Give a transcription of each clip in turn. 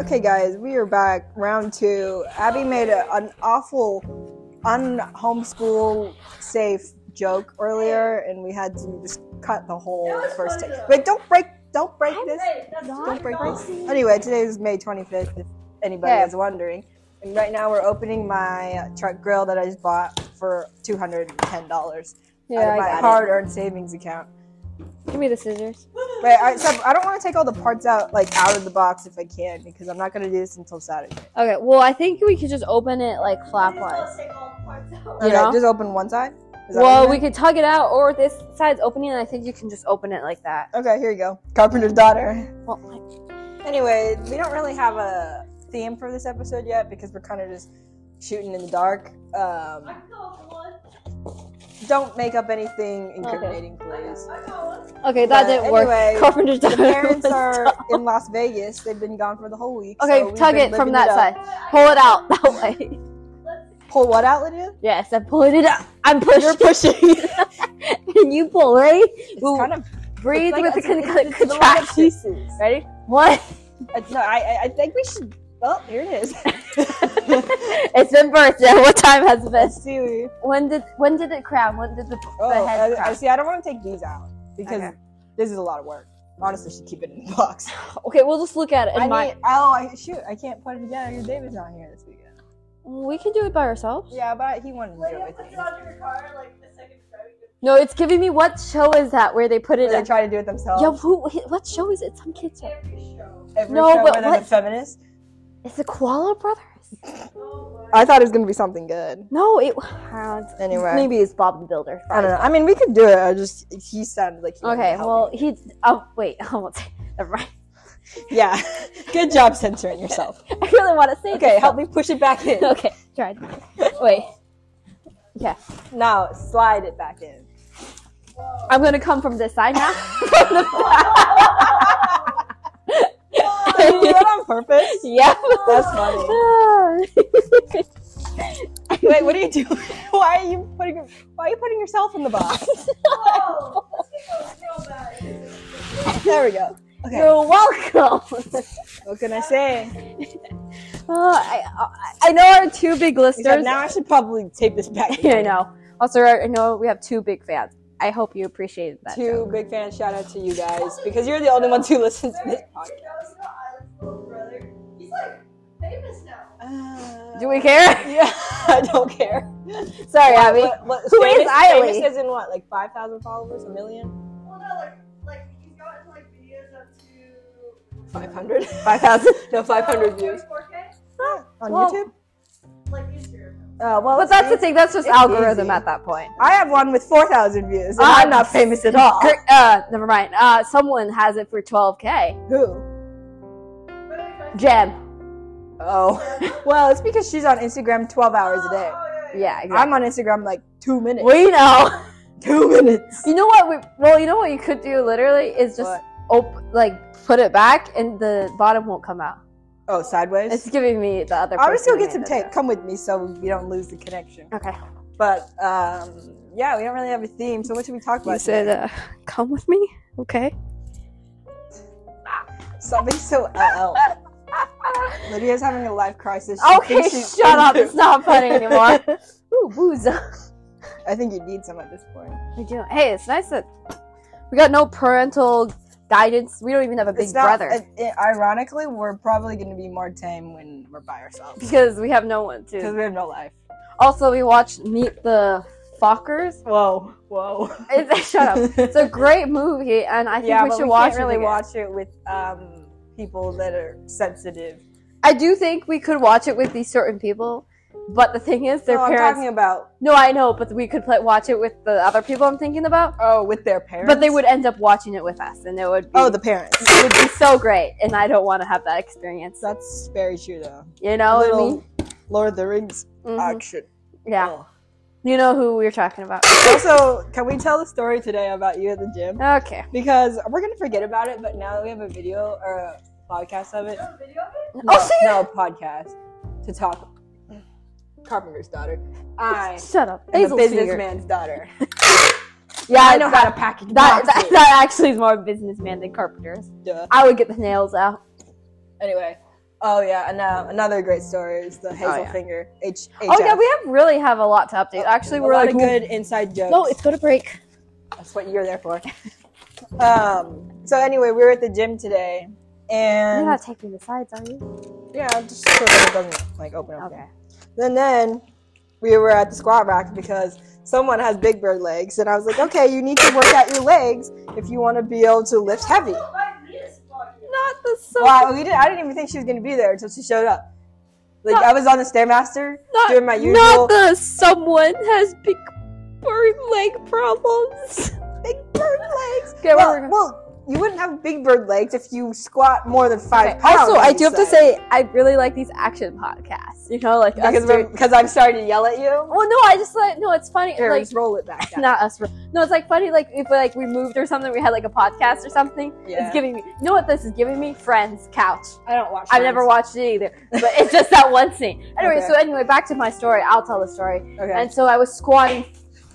Okay, guys, we are back. Round two. Abby made a, an awful, un-homeschool safe joke earlier, and we had to just cut the whole That was first fun, take. though. Wait, don't break! Don't break Don't this! break, that's Don't break this. naughty. Anyway, today is May 25th, if anybody Yeah. is wondering. And right now, we're opening my truck grill that I just bought for $210 out of Yeah, my I got hard-earned savings account. it. Give me the scissors. Wait, I, so I don't want to take all the parts out like out of the box if I can because I'm not gonna do this until Saturday. Okay, well, I think we could just open it like flapwise. Okay, Yeah. just open one side. Is that what Well, you we meant? could tug it out, or this side's opening, and I think you can just open it like that. Okay, here you go. Carpenter's daughter. Well, like- Anyway, we don't really have a theme for this episode yet because we're kind of just shooting in the dark. Um, don't make up anything incriminating, please. okay, that But didn't anyway, work. Carpenter's The daughter. parents was are dumb. in Las Vegas. They've been gone for the whole week. Okay, so we've tug been it from living that up. side. Pull it out that way. Pull what out, Lydia? Yes, I'm pulling it out. I'm pushing. You're pushing. and you pull, right? It's Ooh, kind of breathe it's like- with the it's- con- it's- con- it's the little contractions. pieces. Ready? One. Uh, no, I, I- I think we should. Well, here it is. it's been birthday. What time has it been? Let's see. When did when did it cram? When did the, Oh, the head I, I cram? see. I don't want to take these out because Okay. this is a lot of work. Honestly, should keep it in the box. Okay, we'll just look at it. I And my, need, oh, I, shoot! I can't put it together because David's not here this weekend. we can do it by ourselves. Yeah, but he wanted to do it with me. No, it's giving me what show is that where they put it? Did they in? try to do it themselves? Yeah, who? What show is it? Some kids. Show. Every No, show but where there's what- a feminist. It's the Koala Brothers. Oh I thought it was gonna be something good. No, it. uh, it's- Anyway. maybe it's Bob the Builder. I don't know. I mean, we could do it. I just he sounded like he wanted Okay, to help well me. he. Oh wait, I won't say. Never mind. yeah. Good job censoring yourself. I really want to say. Okay, this. help me push it back in. Okay, tried. Wait. Yeah, Now slide it back in. I'm gonna come from this side now. From the Did you do that on purpose? Yep. That's funny. Wait, what are you doing? Why are you putting Why are you putting yourself in the box? There we go. Okay. You're welcome. What can I say? Oh, I, I, I know our two big Except listeners. now I should probably tape this back. Yeah, I know. Also, I know we have two big fans. I hope you appreciated that. Two big fans. Shout out to you guys because you're the only ones who listen to this podcast. Uh, Do we care? Yeah, I don't care. Sorry, Abby. What- what- who is famous, Ailey? Famous is in what, like five thousand followers, a million, five hundred, Five thousand. Ah, no, five hundred views on Well- uh, YouTube. Oh, Like Instagram. Uh, well, But that's the thing. That's just It's algorithm easy. at that point. I have one with four thousand views, and Ah. I'm not famous at all. Her- Uh, never mind. Uh, someone has it for twelve k. Who? What are we trying to Jem. Oh, well, it's because she's on Instagram 12 hours a Oh, day. Yeah, exactly. I'm on Instagram like two minutes. we know. Two minutes. You know what? We, well, you know what you could do literally is just What? op- like put it back and the bottom won't come out. Oh, sideways. It's giving me the other. I'll just go person get who some made tape. it. Come with me so we don't lose the connection. Okay. But um, yeah, we don't really have a theme. So what should we talk about? You said, uh, "Come with me." Okay. Something so LL. Uh, Lydia's having a life crisis. She Okay, thinks she's shut up. into- It's not funny anymore. Ooh, booze. I I think you need some at this point. do. Hey, it's nice that we got no parental guidance. We don't even have a big It's not- brother it- it- ironically, we're probably going to be more tame when we're by ourselves because we have no one because to. we have no life. Also, we watched Meet the Fockers. Whoa, whoa. It's, shut up. It's a great movie, and I think yeah, we but should we watch can't it. really again. watch it with um, people that are sensitive. I do think we could watch it with these certain people, but the thing is, their no, I'm parents. talking about no, I know, but we could play, watch it with the other people I'm thinking about. oh, with their parents. But they would end up watching it with us, and it would be Oh, the parents. it would be so great, and I don't want to have that experience. That's very true, though. You know what I Little mean? Lord of the Rings Mhm. action. Yeah, Oh. you know who we were talking about. Also, can we tell the story today about you at the gym? Okay, Because we're gonna forget about it, but now that we have a video or a podcast of it, do a video of it? no, Oh, so you- no podcast to talk. Carpenter's daughter. I shut up. am a Hazel's finger. businessman's daughter. Yeah, I know that, how to package that, boxes. that. That actually is more businessman than carpenters. Duh. I would get the nails out. Anyway, oh yeah, and uh, another great story is the Hazel Oh, yeah. Finger. H. Oh yeah, we have really have a lot to update. Actually, a we're lot like of good inside jokes. no, it's gonna break. That's what you're there for. um. So anyway, we were at the gym today, You're and not taking the sides, are you? yeah, just so that it doesn't like open up. Okay. And then we were at the squat rack because someone has big bird legs, and I was like, okay, you need to work out your legs if you want to be able to lift heavy. Not the so. Wow, we didn't, I didn't even think she was gonna be there until she showed up. Like Not- I was on the stairmaster Not, doing my usual. not the someone has big bird leg problems. big bird legs. Okay, well, well, well, you wouldn't have big bird legs if you squat more than five okay. pounds. Also, I do have to said. say I really like these action podcasts. You know, like us because we're, doing- because I'm starting to yell at you. Well, no, I just like no. It's funny. Here, like just roll it back. down. not us. No, it's like funny. Like if like we moved or something, we had like a podcast or something. Yeah. It's giving me. You know what this is giving me? Friends couch. I don't watch. I've never watched it either, but it's just that one scene. Anyway, Okay. so anyway, back to my story. I'll tell the story. Okay. And so I was squatting,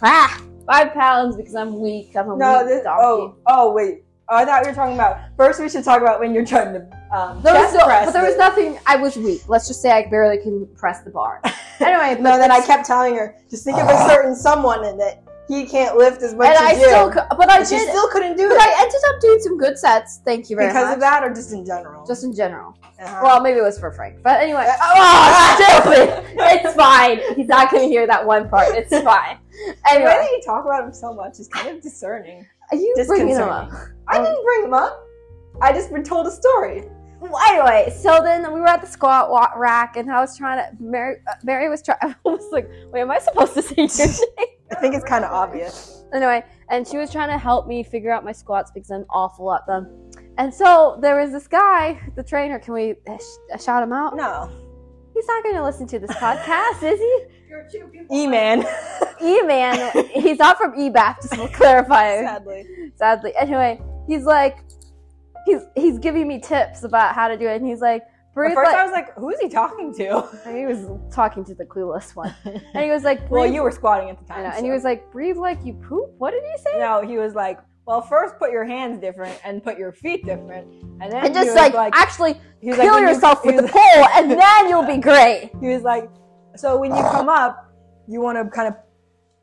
ah, five pounds because I'm weak. I'm a no. weak This, donkey. oh, oh wait. Oh, I thought we were talking about. First, we should talk about when you're trying to. Um, There was chest no, press but there was it. nothing. I was weak. Let's just say I barely can press the bar. Anyway, No, then I kept telling her just think of a certain someone and that he can't lift as much and as I you. still, cou- but I And she did. still couldn't do But it I ended up doing some good sets. Thank you very because much. of that, or just in general. Just in general. Uh-huh. Well, maybe it was for Frank, but anyway. Uh, Oh, stupid! It's fine. He's not gonna hear that one part. It's fine. the way Anyway, that you talk about him so much is kind of discerning. are you bringing him up? Disconcerting. I didn't bring him up. I just been told a story. Well, anyway, so then we were at the squat wa- rack, and I was trying to. Mary, uh, Mary was trying. I was like, "Wait, am I supposed to say your name?" I think it's kind of obvious. anyway, and she was trying to help me figure out my squats because I'm awful at them. And so there was this guy, the trainer. Can we uh, sh- uh, shout him out? No, He's not going to listen to this podcast, is he? You're two people. E man. E man, he's not from E Baptist. We'll clarify, Sadly, sadly. Anyway, he's like, he's he's giving me tips about how to do it, and he's like, at breathe first I like. was like, "Who's he talking to?" He was talking to the clueless one, and he was like, Well, breathe- you were squatting at the I time. know. so- And he was like, breathe like you poop. What did he say? no, he was like, "Well, first put your hands different and put your feet different, and then And he just was like, actually he was kill when you- yourself he with was the pole, and then you'll be great. He was like, so when you come up, you want to kind of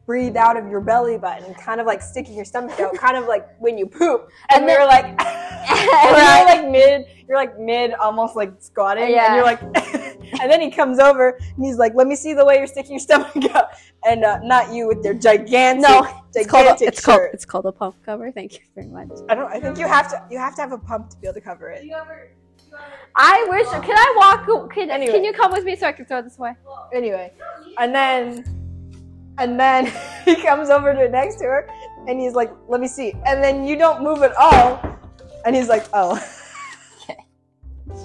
breathe out of your belly button, kind of like sticking your stomach out, kind of like when you poop. And, And we then- were like, and Right. you're like mid, you're like mid, almost like squatting, Yeah. and you're like, and then he comes over and he's like, let me see the way you're sticking your stomach out, and uh, not you with your gigantic, No, gigantic It's called, a, it's, shirt. called, it's called a pump cover. Thank you very much. I don't. I think you have to. You have to have a pump to be able to cover Do it. you ever? Do you ever I wish. Can I walk? Can, Anyway. can you come with me so I can throw this away? well, Anyway. you don't need And then, and then he comes over to next to her, and he's like, "Let me see." And then you don't move at all, and he's like, "Oh."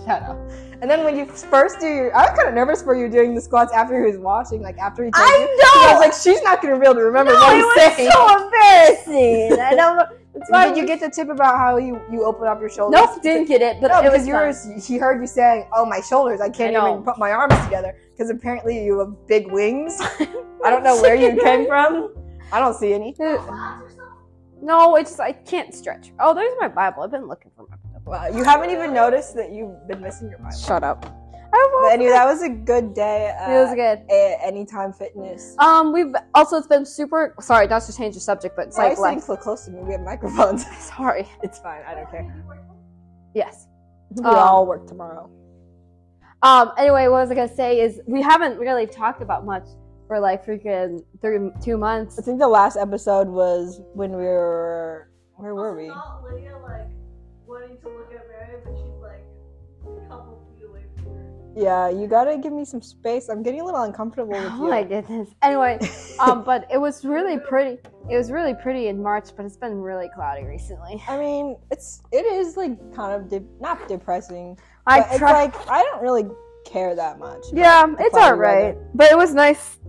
Shut up. And then when you first do your, I was kind of nervous for you doing the squats after he was watching, like after he. told I you. know! 'Cause I was like, she's not gonna be able to remember No, what it he's was saying. so embarrassing. I don't. That's why Did you get the tip about how you you open up your shoulders? Nope, didn't get it. But no, it was because yours. He heard you saying, "Oh, my shoulders! I can't I know. even put my arms together." Because apparently you have big wings. I don't know where you came from. I don't see any. from. glasses or something. No, it's just I can't stretch. Oh, there's my Bible. I've been looking for my Bible. Wow, you haven't even noticed that you've been missing your Bible. Shut up. I But was. anyway, that was a good day. it was Uh, good. at Anytime Fitness. Um, we've also it's been super. Sorry, not to change the subject, but it's Why are you like, sitting like so close to me? We have microphones. sorry. It's fine. I don't care. Yes. We Um, all work tomorrow. Um. Anyway, what was I gonna say is we haven't really talked about much for like freaking three two months. I think the last episode was when we were. Where were Also, we? not Lydia like wanting to look at Mary, but she's like a couple feet away from her. Yeah, you gotta give me some space. I'm getting a little uncomfortable with Oh you. my goodness. Anyway, um, but it was really pretty. It was really pretty in March, but it's been really cloudy recently. I mean, it's it is like kind of de- not depressing. I but it's tried. like I don't really care that much. Yeah, it's cloudy all right. But it was nice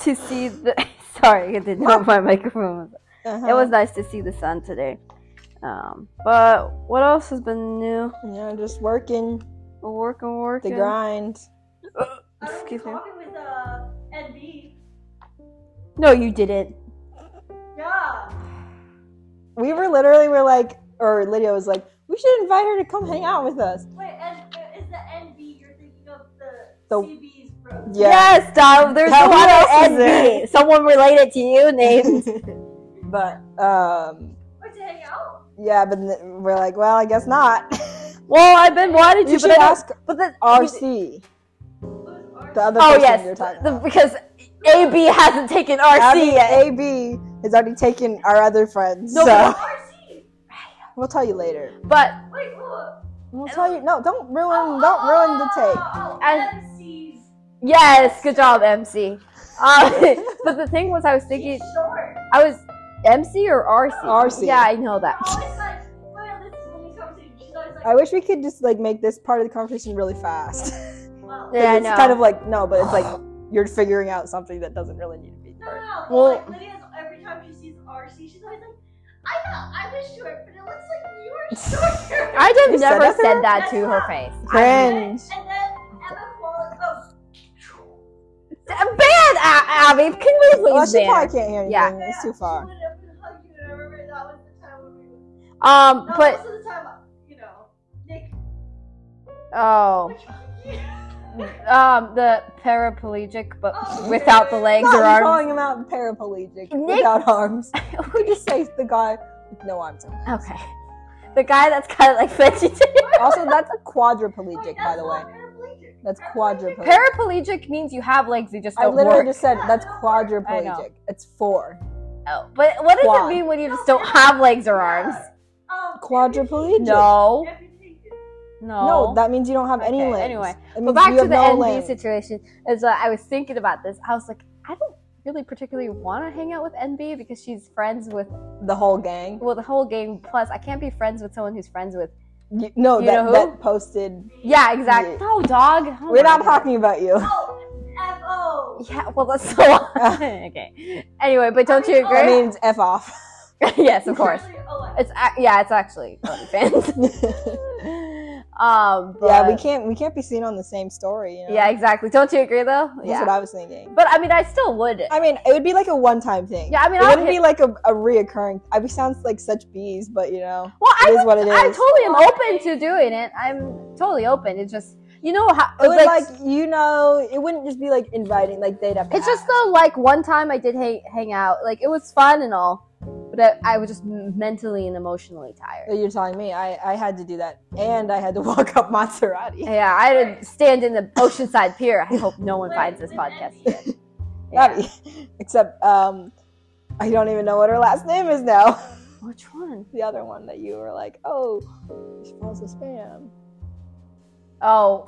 to see the. Sorry, I didn't know my microphone. was- Uh-huh. It was nice to see the sun today. Um, but what else has been new? Yeah, just working Working, the working. grind. I was Excuse me. talking with uh NB. No, you didn't. Yeah. We were literally were like, or Lydia was like, we should invite her to come hang out with us. Wait, and, is the The- CB's bro. Yeah. Yes, Dom. There's Now, no one who else is else there. is it? Someone related to you named. but um, Or to hang out. yeah, but th- we're like, well, I guess not. Well, I've been wanting you, to, should but I don't. ask But then RC, What was our the other Oh person yes, you're talking the- about. because AB hasn't taken RC Abby, yet. AB has already taken our other friends, No, so but- RC! we'll tell you later. But Wait, whoa. We'll tell you. No, don't Oh! ruin, don't ruin the take. Oh, oh, And- MC's. yes, good job, MC. Um, but the thing was, I was thinking, She's short. I was MC or RC. RC. Yeah, I know We're that. always like, well, this is when we come to She's always like, I wish we could just like make this part of the conversation really fast. well. Yeah, I it's know. kind of like no, but it's like you're figuring out something that doesn't really need to be. No, no, Part. no. Well- Well, like, Lydia's, every time she sees RC, she's always like, I thought I was short, but it looks like you are shorter. I You just said never that to said her? that to her face. Cringe. And then Emma Wallace, oh, Ban A- Abby. Can we please Well, she ban? her? probably can't hear anything. Yeah. It's too far. She went up and hugged you, and I remember that was the time when we were. Um, Not but most of the time, you know, Nick, oh, which one? um, the paraplegic, but Oh, without the okay. legs No, or you're arms. calling him out paraplegic Nick- without arms. Who just say the guy with no arms? Okay, the guy that's kind of like vegetarian. Also, that's Oh, quadriplegic, by that's the way. not paraplegic. That's Paraplegic. quadriplegic. Paraplegic means you have legs, you just I don't literally work. just said that's I know. quadriplegic. It's four. Oh, but what does Quad. it mean when you just don't have legs or arms? Um, Quadriplegic. No, Amputation. no. No, that means you don't have any Okay, legs. anyway. It But means back you to the have no NB legs. situation is that I was thinking about this. I was like, I don't really particularly want to hang out with NB because she's friends with The whole gang. well the whole gang. Plus, I can't be friends with someone who's friends with. You- no, You that, know who? that posted. Yeah, exactly. Yeah. No, dog. Oh We're my not God. talking about you. Oh, F-O. Yeah, well, that's so. okay. Anyway, but don't you That agree? means f off. yes, of course. Oh, It's ac yeah, it's actually OnlyFans. um, but, yeah, we can't we can't be seen on the same story. You know? Yeah, exactly. Don't you agree though? that's yeah. what I was thinking. but I mean, I still would. I mean, it would be like a one time thing. yeah, I mean, It I would wouldn't be like a, a reoccurring. I we sounds like such bees, but you know, Well, I it is would, what it I is. totally am open to doing it. I'm totally open. It's just you know how it would like, like, you know, it wouldn't just be like inviting. Like they'd have. to it's just ask. though like one time I did hang, hang out like it was fun and all, but I, I was just mentally and emotionally tired. You're telling me I, I had to do that, and I had to walk up Maserati. Yeah, I had to stand in the Oceanside Pier. I hope no one finds this podcast. Yet. Yeah. That'd be- e- Except, um, I don't even know what her last name is now. Which one? the other one that you were like, oh, she calls a spam. Oh,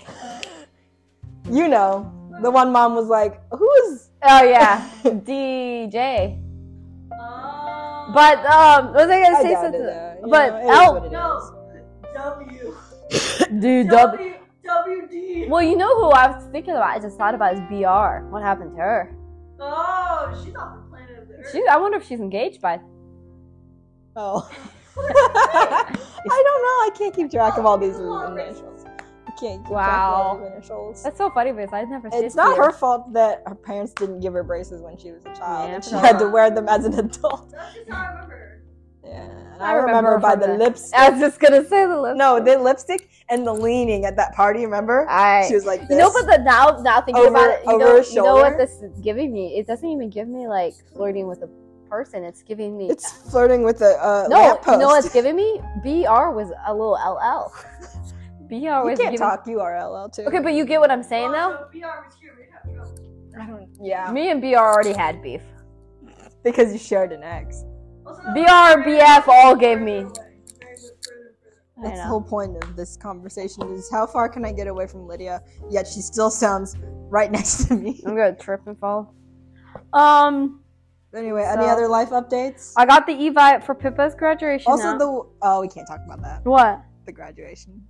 You know, the one mom was like, who is? oh yeah, DJ. Oh. But um, was I gonna doubt say it, something? though. You but know, it is L- what it is. No. W. Dude, W. WD. Well, you know who I was thinking about. I just thought about is Br. What happened to her? Oh, she's off the planet of the Earth. She, I wonder if she's engaged by. Oh. I don't know. I can't keep track of all these initials. I can't keep track Wow. of all these initials. That's so funny because I've never. It's said not Br. her fault that her parents didn't give her braces when she was a child. Yeah, and she for had sure. to wear them as an adult. That's just how I remember. Yeah. And I I, remember, remember her by from the, the- lipstick. I was just gonna say the lip. no, the lipstick and the leaning at that party, remember? I. She was like this. You know, but the now now thinking Over- about it, you over know, her you know what shoulder? this is giving me. It doesn't even give me like flirting with a person. It's giving me. it's flirting with a uh, no, lamppost. you know what it's giving me? Br was a little ll. Br You was can't giving. talk URLL too. Okay, but you get what I'm saying though. Also, if we are mature, we'd have trouble. I don't. Yeah, Me and Br already had beef. because you shared an ex. Also, that was BRBF all very gave further away. me- Very much further, further. I That's the know. whole point of this conversation: is how far can I get away from Lydia? Yet she still sounds right next to me. I'm gonna trip and fall. Um, anyway, any So- other life updates? I got the Evite for Pippa's graduation. also, now. the oh, we can't talk about that. what? The graduation.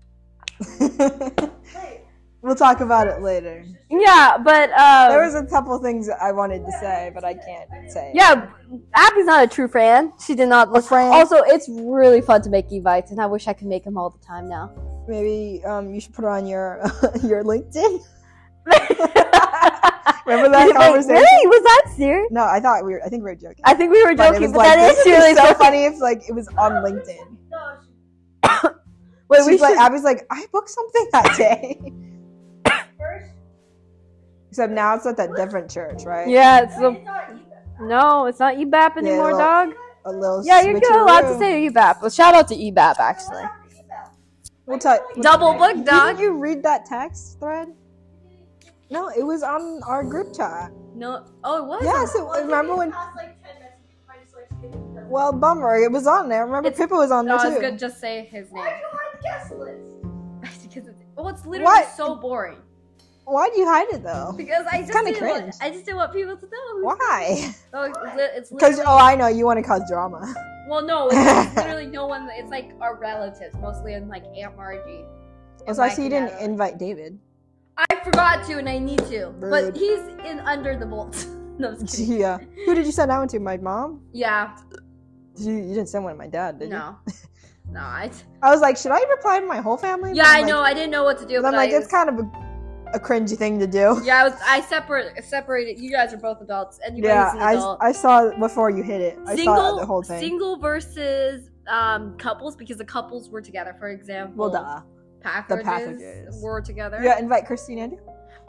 Wait, we'll talk about it later. Yeah, but uh, There was a couple things I wanted to say, but I can't say. it. yeah, Abby's not a true fan. She did not a look. friend. Also, it's really fun to make Evites, and I wish I could make them all the time now. maybe um, you should put on your your LinkedIn. Remember that Wait, conversation? really? Was that serious? No, I thought we were. I think we were joking. I think we were But it joking, was but, like that is this would be really so funny. funny if like it was on LinkedIn. No, she, Wait, we we like should- Abby's like I booked something that day. first, Except now it's at that different church, right? Yeah, it's a, It's not even. no, it's not E EBAP anymore, well, dog. A little. Yeah, you're good. allowed to switcheroo. say E EBAP. Well, shout out to E EBAP actually. We'll tell. Double book, Didn't dog. you read that text thread? No, it was on our group chat. No, oh, what? Yes, it, remember when? Like 10 minutes, I just, like, skip it. Well, bummer, it was on there. Remember, It's- Pippa was on No, there it's too. good. Just say his name. Why are you on a guest list? because it's, well, it's literally What? so boring. Why do you hide it though? Because I just kinda didn't cringe. want, I just didn't want people to know. Why? Oh, it's, li- it's Because literally. oh, I know you want to cause drama. Well, no, it's literally no one. It's like our relatives, mostly, and like Aunt Margie. and Oh, so I my see you didn't dad. invite David. I forgot to, and I need to, Rude. but he's in under the bolt. no, I'm just kidding. Yeah. Who did you send that one to? My mom? Yeah, You, you didn't send one to my dad, did you? no, no. I, I was like, should I reply to my whole family? yeah, But I'm I like- know. I didn't know what to do. but But I'm like, I it's kind of a, a cringy thing to do. yeah, I was. I separate, separated. You guys are both adults. Anybody's Yeah, an adult. I, I saw it before you hit it. I saw single, the whole thing. single versus um, couples because the couples were together. For example, well, duh. packages, packages. were together. Yeah, invite Christina. and-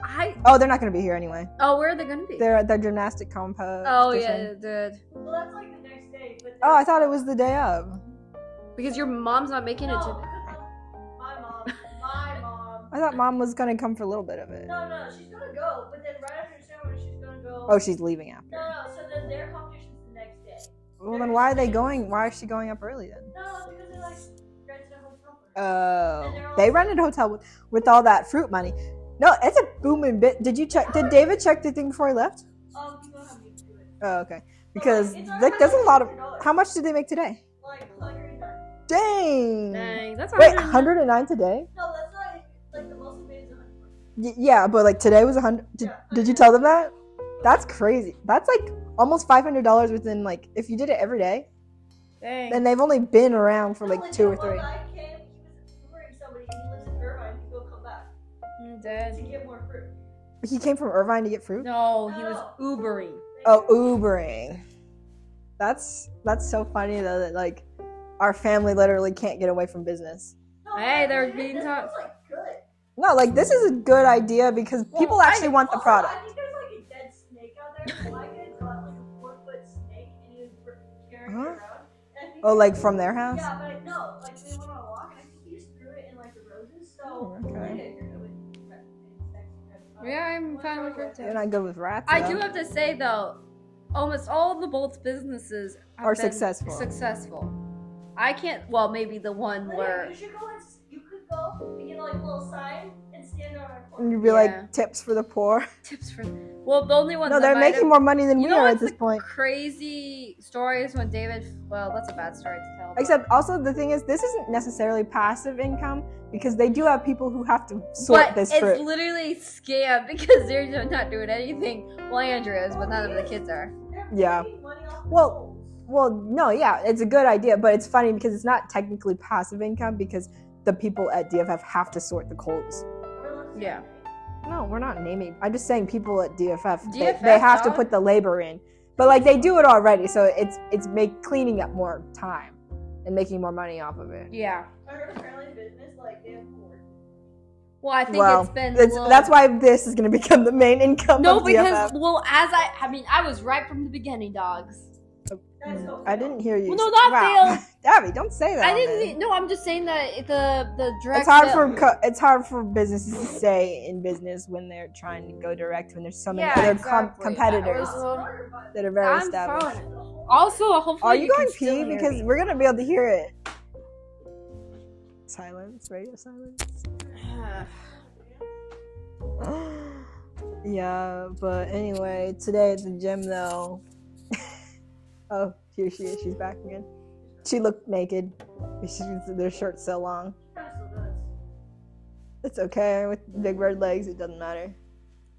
I Oh, they're not going to be here anyway. oh, where are they gonna be? They're at the gymnastic compo. oh yeah, competition. the Well, that's like the next day. But Oh, I thought it was the day of. Because your mom's not making no, it because to. of my mom. My mom. I thought mom was going to come for a little bit of it. No, no, she's gonna go, but then right after the ceremony, she's gonna go. Oh, she's leaving after. No, no, so then their competition's the next day. Well, then why are they going? Why is she going up early then? No, because they like rented a hotel. room. Oh, they rented a hotel with, with all that fruit money. No, it's a booming bit. Did you check? Did David check the thing before he left? Um, you don't have to do it. Oh, okay. But, Because like, it's already like, there's a lot of. $100. How much did they make today? Like, plug her in there. Dang. Dang, that's Wait, 100. 109 today? No, that's not like the most amazing. hundred. Y- yeah, but like today was 100. Did, Yeah. did you tell them that? That's crazy. That's like almost $500 within like if you did it every day. Dang. And they've only been around for No, like two or that one three. guy came, he was touring somebody, and he lives in Irvine. He'll come back Mm, to dead. get more fruit. He came from Irvine to get fruit. No, he was Ubering. Oh, Ubering. That's that's so funny though that like our family literally can't get away from business. No, Hey, that's they're good. being This taught- one's, like, good. No, like this is a good idea because people I- actually want the Also, product. I think there's like a dead snake out there. My dad got uh, like a four foot snake and he was carrying Huh? it around. And I think Oh, they- like from their house? Yeah, but I- no, like they went on a walk and I think he just threw it in like the roses. So Oh, okay. I didn't agree with that insect, but, uh, Yeah, I'm fine with whatever. You're not good with rats. I though. do have to say though, almost all of the Bolt's businesses have Are been successful. Successful. I can't. Well, maybe the one Lydia, where you should go and s- you could go and get like a little sign and stand on a And corner. you'd be Yeah. like tips for the poor. tips for. Well, the only one. No, they're making more money than we You know are at what's this the point. crazy stories when David. Well, that's a bad story to tell. but- Except also the thing is, this isn't necessarily passive income because they do have people who have to sort but this it's fruit. literally scam because they're not doing anything. Well, Andrew is, but none of the kids are. They're Yeah. making money off the Well, polls. well, no, yeah, it's a good idea, but it's funny because it's not technically passive income because the people at DFF have to sort the coals. Or let's say yeah. they- No, we're not naming. I'm just saying people at DFF, they, DFF, they have to dog. put the labor in, but like they do it already, so it's it's make cleaning up more time and making more money off of it. Yeah. I heard apparently business like they have board. Well, I think Well, it's been. It's, well- that's why this is going to become the main income. No, of because DFF. well, as I, I mean, I was right from the beginning, dogs. That's so Hmm. I fail. didn't hear you. Well, no, not wow. Dabby, don't say that. I didn't. man. mean- No, I'm just saying that it- the the direct. It's hard sale- for co- it's hard for businesses to stay in business when they're trying to go direct when there's so many Yeah, other com- exactly. competitors That was- Wow, murder button. that are very I'm established. fine. Also, hopefully. Are you, can going still pee? hear Because me. we're gonna be able to hear it. Silence, radio silence. yeah, but anyway, today at the gym though. oh, here she is. She's back again. She looked naked. She, their shirt's so long. That's what it is. It's okay with big red legs. It doesn't matter.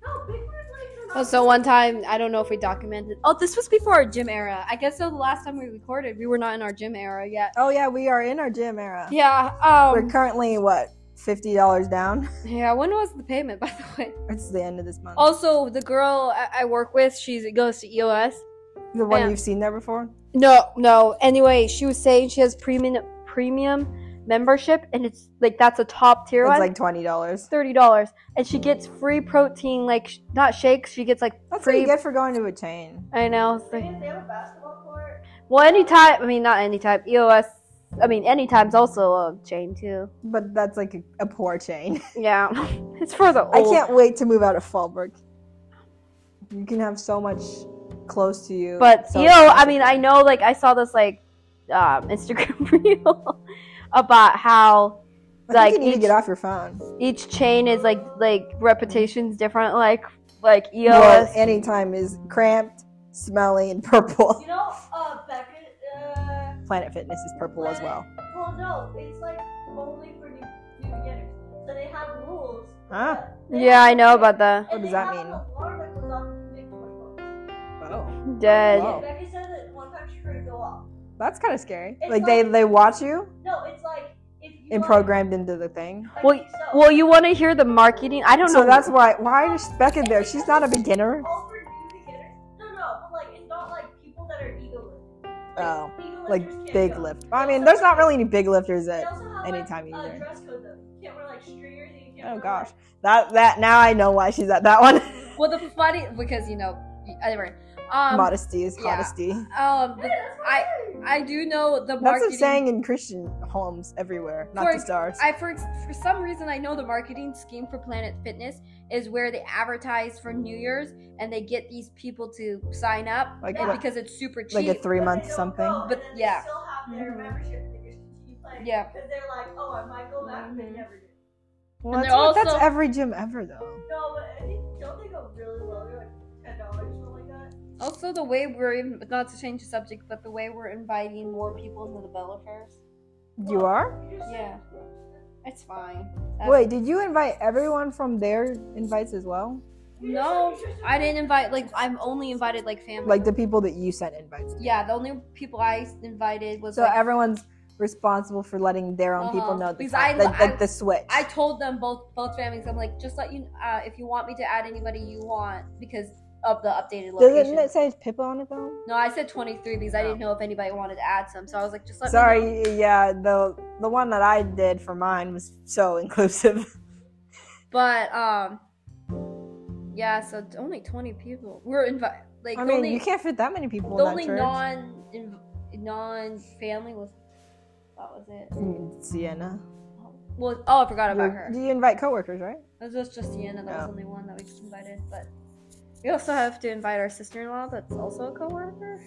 No, big red legs are not. Oh, so one time, I don't know if we documented. Oh, this was before our gym era. I guess so. The last time we recorded, we were not in our gym era yet. Oh yeah, we are in our gym era. Yeah. Um. We're currently what fifty dollars down. Yeah, when was the payment, by the way? It's the end of this month. Also, the girl I, I work with, she goes to E EOS. the one yeah. you've seen there before. No, no. Anyway, she was saying she has premium premium membership, and it's like that's a top tier It's one. like twenty It's dollars. thirty dollars, and she gets free protein, like sh- not shakes. She gets like That's what free. you get for going to a chain. I know. it's They like- have a basketball court. well, any type. I mean, not any type. EOS. I mean, any time's also a chain too. But that's like a, a poor chain. Yeah, it's for the old. I can't wait to move out of Fallbrook. You can have so much close to you. But so you know, I mean, I know, like, I saw this like um, Instagram reel about how I think like you need to each- get off your phone. each chain is like like reputations different, like like E EOS. Well, anytime is cramped, smelly, and purple. You know, uh, Beckett, uh, Planet Fitness is purple as well. well, no, it's like only for new, new beginners. So they have rules. Huh? They yeah, have- I know about that. What and does they that have mean? an alarm that goes off when you make phone calls. Oh, Dead. Wow. Beckett said that one time she heard it go off. that's kind of scary. It's like they like- they watch you No, it's like if you and like- programmed into the thing. I Well, think so. Well, you want to hear the marketing? I don't So know. that's why why is Becca there? She's not a beginner. All for new beginners. No, no, but like it's not like people that are ego lifters. Oh, ego lifters Like can't big go. lift. I mean, there's not really any big lifters They that also have, any like, time you a learn. dress code though. You can't wear like stringers. and You can't Oh, wear, gosh. like- that that now I know why she's at that one. well, the funny because you know, anyway. Um, Modesty is yeah. honesty. um, Hey, that's what I- I'm I do know the That's a saying in Christian homes everywhere, not For- just ours. I for for some reason I know the marketing scheme for Planet Fitness is where they advertise for New Year's and they get these people to sign up Like and what- because it's super cheap. like a three But they month don't something. go, and But- then yeah. They still have their Mhm. membership and they just continue playing. Yeah. Because they're like, oh, I might go back, and they Mhm. never do. Well, And that's, they're like- that's also- every gym ever though. No, but I think don't they go really low? They're like ten dollars, something like that. also, the way we're in, not to change the subject, but the way we're inviting more people into the Bella Fairs. You are? You just- Yeah. It's fine. Wait, did you invite everyone from their invites as well? you just No, said you just- I didn't invite. Like I'm only invited like family. Like the people that you sent invites. to? yeah, the only people I invited was So like, everyone's responsible for letting their own people Uh-huh. know the, Because time- I- the, the, I- the switch. I told them both both families. I'm like, just let you uh, if you want me to add anybody you want because of the updated location. Doesn't it say Pippa on it though? No, I said 23 because I Oh. didn't know if anybody wanted to add some. So I was like, just let me know. Sorry, yeah, the the one that I did for mine was so inclusive. But um, yeah. So t- only 20 people. We're invited. Like I the mean, only, you can't fit that many people the in only that church. non non family was that was it. Mm, Sienna. Well, oh, I forgot about You're- her. You invite coworkers, right? It was just Sienna that was Oh. the only one that we invited. But we also have to invite our sister-in-law that's also a coworker.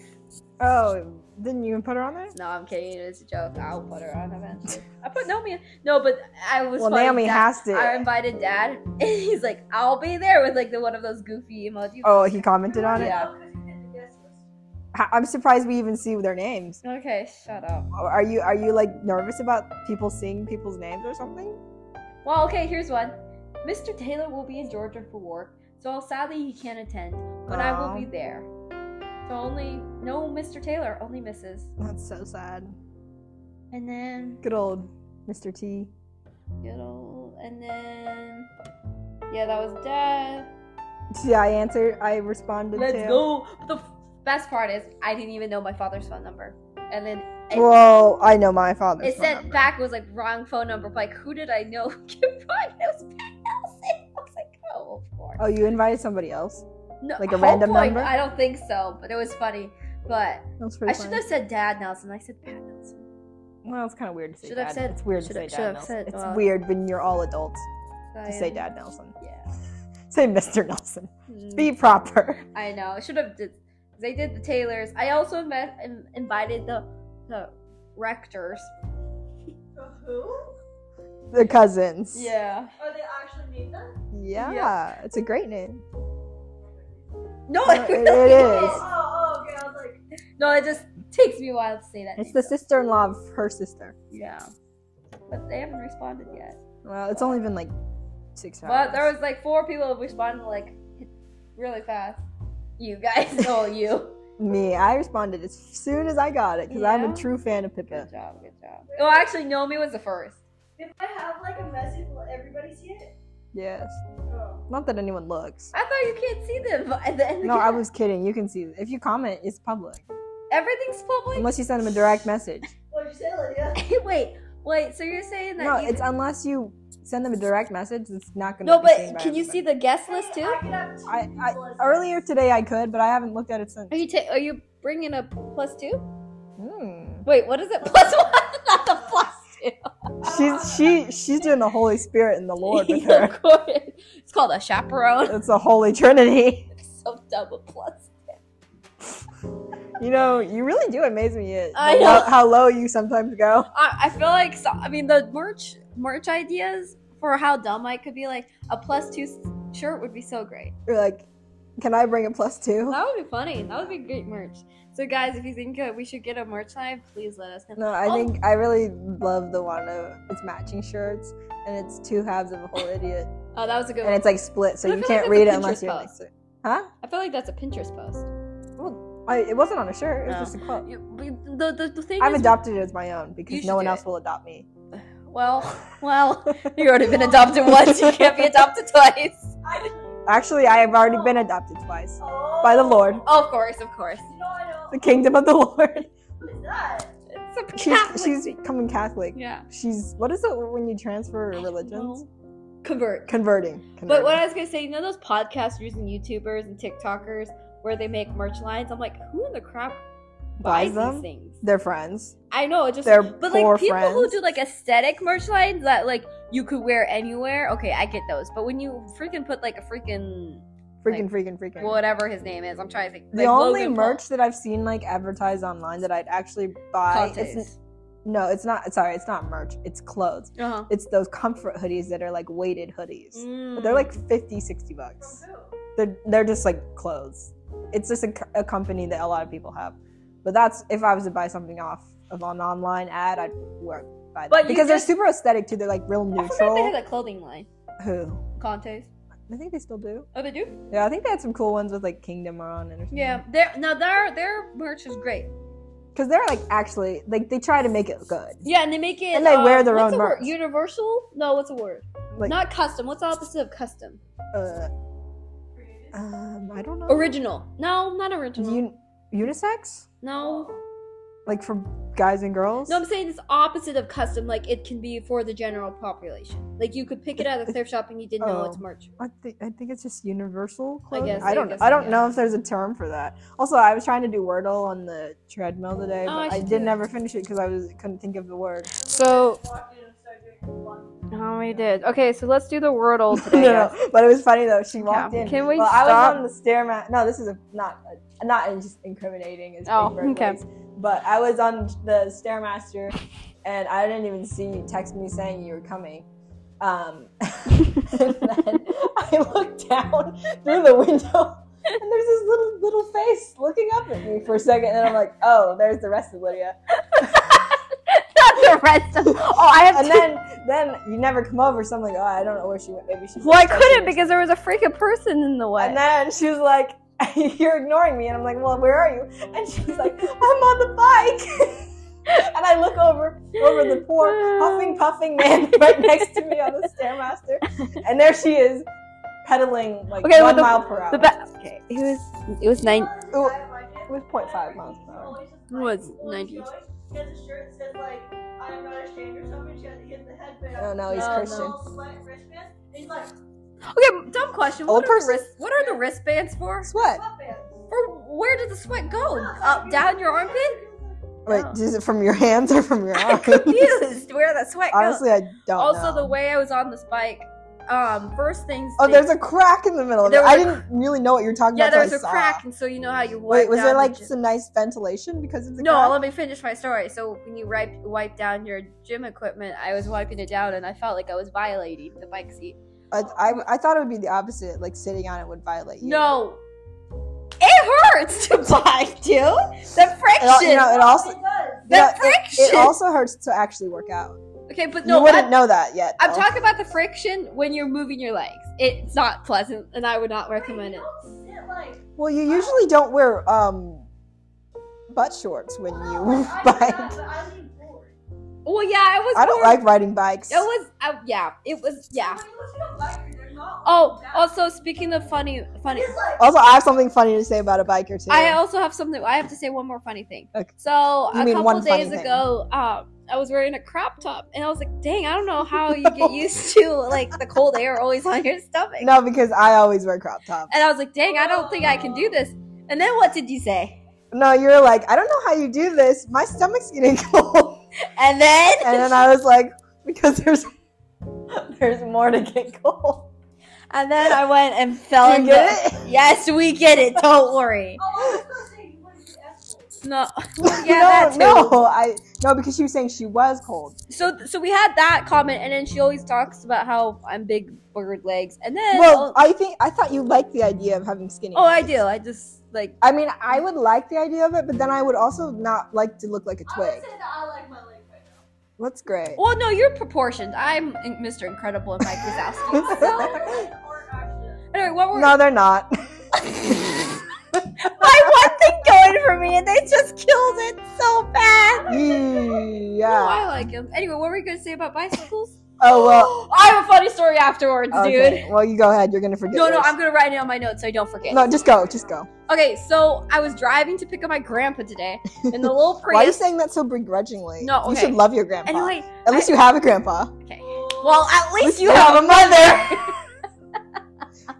Oh, didn't you even put her on there? No, I'm kidding. It's a joke. I'll put her on eventually. I put Naomi. on- No, but I was. Well, funny Naomi that- has to. I invited dad, and he's like, I'll be there with like the one of those goofy emoji. Oh, he commented on it. Yeah. Because Oh, you did the guest list. I- I'm surprised we even see their names. Okay, shut up. Are you are you like nervous about people seeing people's names or something? Well, okay, here's one. Mr. Taylor will be in Georgia for work, so sadly he can't attend, but I will Aw. be there. So only, no Mr. Taylor, only Mrs. That's so sad. And then, Good old Mr. T. good old, and then, yeah, that was dad. See, I answered. I responded. Let's to. go. But the best part is, I didn't even know my father's phone number. And then, it- Well, I know my father. It said back was like wrong phone number. Like who did I know? Get wrong. It was Pat Nelson. I was like, oh, of course. Oh, you invited somebody else. no, like a random hopefully- number? I don't think so, but it was funny. But That's I pretty. should funny. have said Dad Nelson. I said Pat Nelson. Well, it's kind of weird to say. Should have dad. said- It's weird to should say have- should dad. have Nelson. said, uh, it's well- weird when you're all adults So, to say Dad Nelson. Yeah. Say Mr. Nelson. Mm, Be proper. I know. I should have did. They did the Taylors. I also inv- in- invited the the rectors. The who? The cousins. Yeah. Are they actually named that? Yeah. Yeah. It's a great name. No, No, it- it Oh, is. oh, okay. I was like, No, it just takes me a while to say that. It's name, the though. sister-in-law of her sister. Yeah. But they haven't responded yet. Well, it's only been like six hours. But there was like four people that responded like really fast. You guys, oh you. Me, I responded as soon as I got it because I'm Yeah? a true fan of Pippa. Good job, good job. Oh, actually, Nomi was the first. if I have like a message, will everybody see it? Yes. Oh. Not that anyone looks. I thought you can't see them at the end. No, I was kidding. You can see if you comment, it's public. Oh Everything's public. Unless you send them a direct message. What'd you say, Lydia? Wait, Wait, so you're saying that No, you it's unless you send them a direct message, it's not gonna. No, be seen but by can you see everybody. the guest list too? I could have two I- I- people as Earlier today, I could, but I haven't looked at it since. Are you ta- are you bringing a plus 2? Hmm. Wait, what is it? Plus 1, not the plus 2. She's she she's doing the Holy Spirit and the Lord with her. Of course. It's called a chaperone. It's a Holy Trinity. It's so dumb with plus. You know, you really do amaze me at I the know. lo- how low you sometimes go. I, I feel like so, I mean the merch merch ideas for how dumb I could be like a plus 2 s- shirt would be so great. You're like, can I bring a plus two? That would be funny. That would be great merch. So guys, if you think uh, we should get a merch line, please let us know. No, I Oh. think I really love the one of it's matching shirts and it's two halves of a whole idiot Oh, that was a good and one. it's like split, so But I you feel like can't that's a read it Pinterest unless you're post. next to it. Huh? I feel like that's a Pinterest post. I, it wasn't on a shirt. It was No. just a quote. You- but The, the, the thing I've is, adopted it as my own You because should no one do else it. will adopt me. well, well, you've already been adopted once. You can't be adopted twice. Actually, Actually, I have already been adopted twice oh, by the Lord, Oh, of course, of course. You know, I know. the kingdom of the Lord. What is that? It's a She's Catholic she's thing. becoming Catholic. yeah. She's what is it when you transfer religions? Convert. Converting. But Converting. what I was gonna say, you know those podcasters and YouTubers and TikTokers where they make merch lines? I'm like, who in the crap buys, these things? They're friends. I know, it just They're but like poor people who friends. do like aesthetic merch lines that like you could wear anywhere. Okay, I get those. But when you freaking put like a freaking Freaking, freaking, freaking. whatever his name is, I'm trying to think. the like, only Logan Paul. merch that I've seen like advertised online that I'd actually buy. It's, Contes. no, it's not. Sorry, it's not merch. It's clothes. Uh-huh. It's those comfort hoodies that are like weighted hoodies. Mm. But they're like 50, 60 bucks. From who? they're they're just like clothes. It's just a, c- a company that a lot of people have. But that's if I was to buy something off of an online ad, I'd work buy that. But you because just- they're super aesthetic too. They're like real I forgot they neutral. had a clothing line. Who? Contes. I think they still do. Oh, they do. Yeah, I think they had some cool ones with like Kingdom on it or something. Yeah. Their now their their merch is great. because they're like actually like they try to make it good. Yeah, and they make it. uh, And they wear their what's own a word? merch. Universal? No, what's a word? Like Not custom. What's the opposite of custom? uh, um, I don't know. Original? No, not original. Un- unisex, no, like for guys and girls. no. I'm saying it's opposite of custom. Like it can be for the general population. Like you could pick it out of the thrift shop and you didn't know Oh. it's merch. I think I think it's just universal I clothing. guess- I, I don't guess I so, don't yeah. know if there's a term for that. Also, I was trying to do Wordle on the treadmill today, Oh, I but I, should do didn't that. ever finish it because I was couldn't think of the word. So- Walked in and started doing one. Oh, we did. Okay, so let's do the Wordle No, today. no, but it was funny though. She walked in. Can we well, I stop? was on the stairmat. No, this is a, not a, not in- just incriminating. As Oh, Big Bird okay. ways, But I was on the stairmaster, and I didn't even see you text me saying you were coming. Um, and then I looked down through the window, and there's this little little face looking up at me for a second, and I'm like, oh, there's the rest of Lydia. Not the rest of. Oh, I have And two. then then you never come over, so I'm like, oh, I don't know where she went. Maybe she. well, I she's couldn't upstairs. because there was a freaking person in the way. And then she was like, You're ignoring me. And I'm like, Well, where are you? And she's like, I'm on the bike. and I look over over the poor huffing puffing man right next to me on the stairmaster. And there she is, pedaling like Okay, well, one the- mile per hour. the ba- okay, it was it was nine. Ooh, it was 0.5 miles per hour. was 90. She has a shirt that says like I'm not ashamed or something. She has he has the headband. Oh, no, he's It's all Christian. sweat wristband. He's like Okay, dumb question. Old What are, the person? wrist, what are the wristbands for? Sweat. sweatbands. For where does the sweat go? Up, Oh, uh, down your armpit? Wait, is it from your hands or from your I'm arms? confused where the sweat goes. Honestly, I don't also, know. the way I was on this bike, um, first things. Oh, they- there's a crack in the middle. Of There it. I was a- didn't really know what you were talking yeah, about. there's till I a saw. crack, and so you know how you wipe. Wait, was down there the like gym- some nice ventilation because of the No, crack? let me finish my story. So when you wipe wipe down your gym equipment, I was wiping it down, and I felt like I was violating the bike seat. I, I, I thought it would be the opposite. Like sitting on it would violate you. No, it hurts to bike, dude. The It, al- friction. you know, it also It does. you know, the it, friction. it also hurts to actually work out. okay, but no, you what wouldn't know that yet. I'm though. talking about the friction when you're moving your legs. It's not pleasant, and I would not recommend it. Don't sit like. Well, you usually don't wear um butt shorts when you "Oh, I do bike. that, but I lean forward. Well, yeah, I was. I don't more- like riding bikes. It was, uh, yeah, it was, yeah. When you look at a biker, they're not. Oh, like that. also speaking of funny, funny, It's like Also, I have something funny to say about a biker too. I also have something. I have to say one more funny thing. Okay. So You a mean couple one funny days thing. ago, um, I was wearing a crop top, and I was like, "Dang, I don't know how you get used to like the cold air always on your stomach." No, because I always wear crop tops. And I was like, "Dang, I don't think I can do this." And then what did you say? No, you're like, I don't know how you do this. My stomach's getting cold. And then And then I was like, because there's there's more to get cold. and then I went and fell Do in you get it? Yes, we get it. Don't worry. Oh, I was gonna say, what is the asshole? No. Well, yeah, that too. no, no, I no because she was saying she was cold. So so we had that comment, and then she always talks about how I'm big boogered legs, and then Well, I think I thought you liked the idea of having skinny. oh, I legs. do. I just like I mean, I would like the idea of it, but then I would also not like to look like a I would twig. say that I like my leg right now. What's great? Well, no, you're proportioned. I'm Mr. Incredible and Mike Wazowski. so, Or actually, anyway, what were No, they're not. my one thing going for me, and they just killed it so bad. Oh, I yeah. like him. Anyway, what were you gonna say about bicycles? Oh well. I have a funny story afterwards, Okay. Well, you go ahead. You're gonna forget. dude. No, no, yours. I'm gonna write it on my notes so I don't forget. No, just go. Just go. Okay, so I was driving to pick up my grandpa today, and the little Why are you Prius. saying that so begrudgingly? No, you okay. should love your grandpa. Anyway, At least you have a grandpa. okay. Well, at least you you have. have a mother.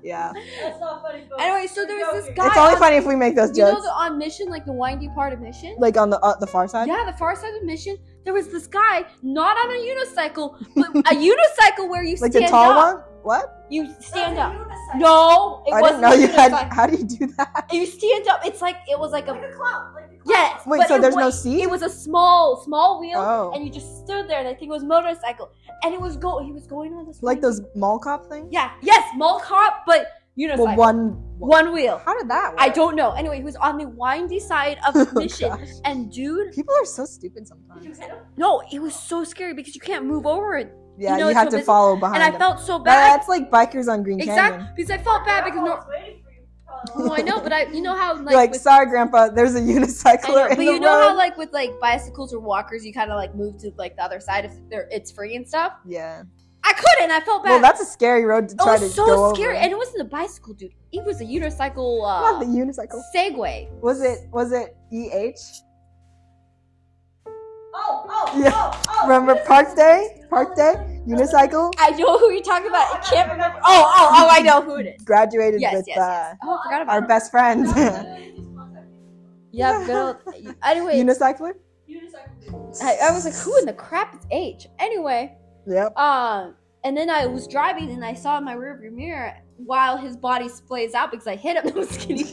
yeah, That's not funny, folks. Anyway, so there was this guy. it's only on- funny if we make those You know jokes, the on mission, like the windy part of mission. like on the uh, the far side. Yeah, the far side of mission. There was this guy, not on a unicycle, but a unicycle where you like the stand tall up. one. What? You stand That's a up. unicycle. No, it I didn't wasn't. know a you had. unicycle. How do you do that? You stand up. It's like it was like Like a a clown. Like a clown. yes. Wait, but so it there's no was- seat? It was a small, small wheel, Oh. and you just stood there, and I think it was motorcycle, and it was go. He was going on this Like windy- those mall cop things. Yeah. Yes, mall cop, but unicycle. Well, one. One wheel. How did that? Work? I don't know. Anyway, he was on the windy side of Oh, the mission, gosh. and dude, People are so stupid Did you sometimes. hit him? no, it was so scary because you can't move over it. Yeah, You you, know it's have so to busy. follow behind. and I them. felt so That- bad. That's like bikers on Green exactly, Canyon. because I felt bad because I no, was waiting for you. no, I know, but I, you know how like, You're like, with, sorry, Grandpa. There's a I know, unicycler in but the you know road. how like with like bicycles or walkers, you kind of like move to like the other side if they're it's free and stuff. yeah. I couldn't. I felt bad. Well, that's a scary road to it try to was so go scary, over. and it wasn't a bicycle, dude. It was a unicycle. Not the Uh, unicycle. Segway. Was it? Was it E H? Oh, oh, Yeah. oh, oh. Remember Park Day? Park Day? Unicycle? I know who you're talking about. I can't. remember. Oh, oh, oh! I know who it is. Graduated Yes, with yes, uh, yes. Oh, I forgot about our best friends. Yeah, good old. Anyway, Unicycler? Unicycle. I, I was like, who in the crap is H? Anyway, Yep. um, and then I was driving and I saw in my rearview mirror while his body splays out because I hit him. I'm just kidding.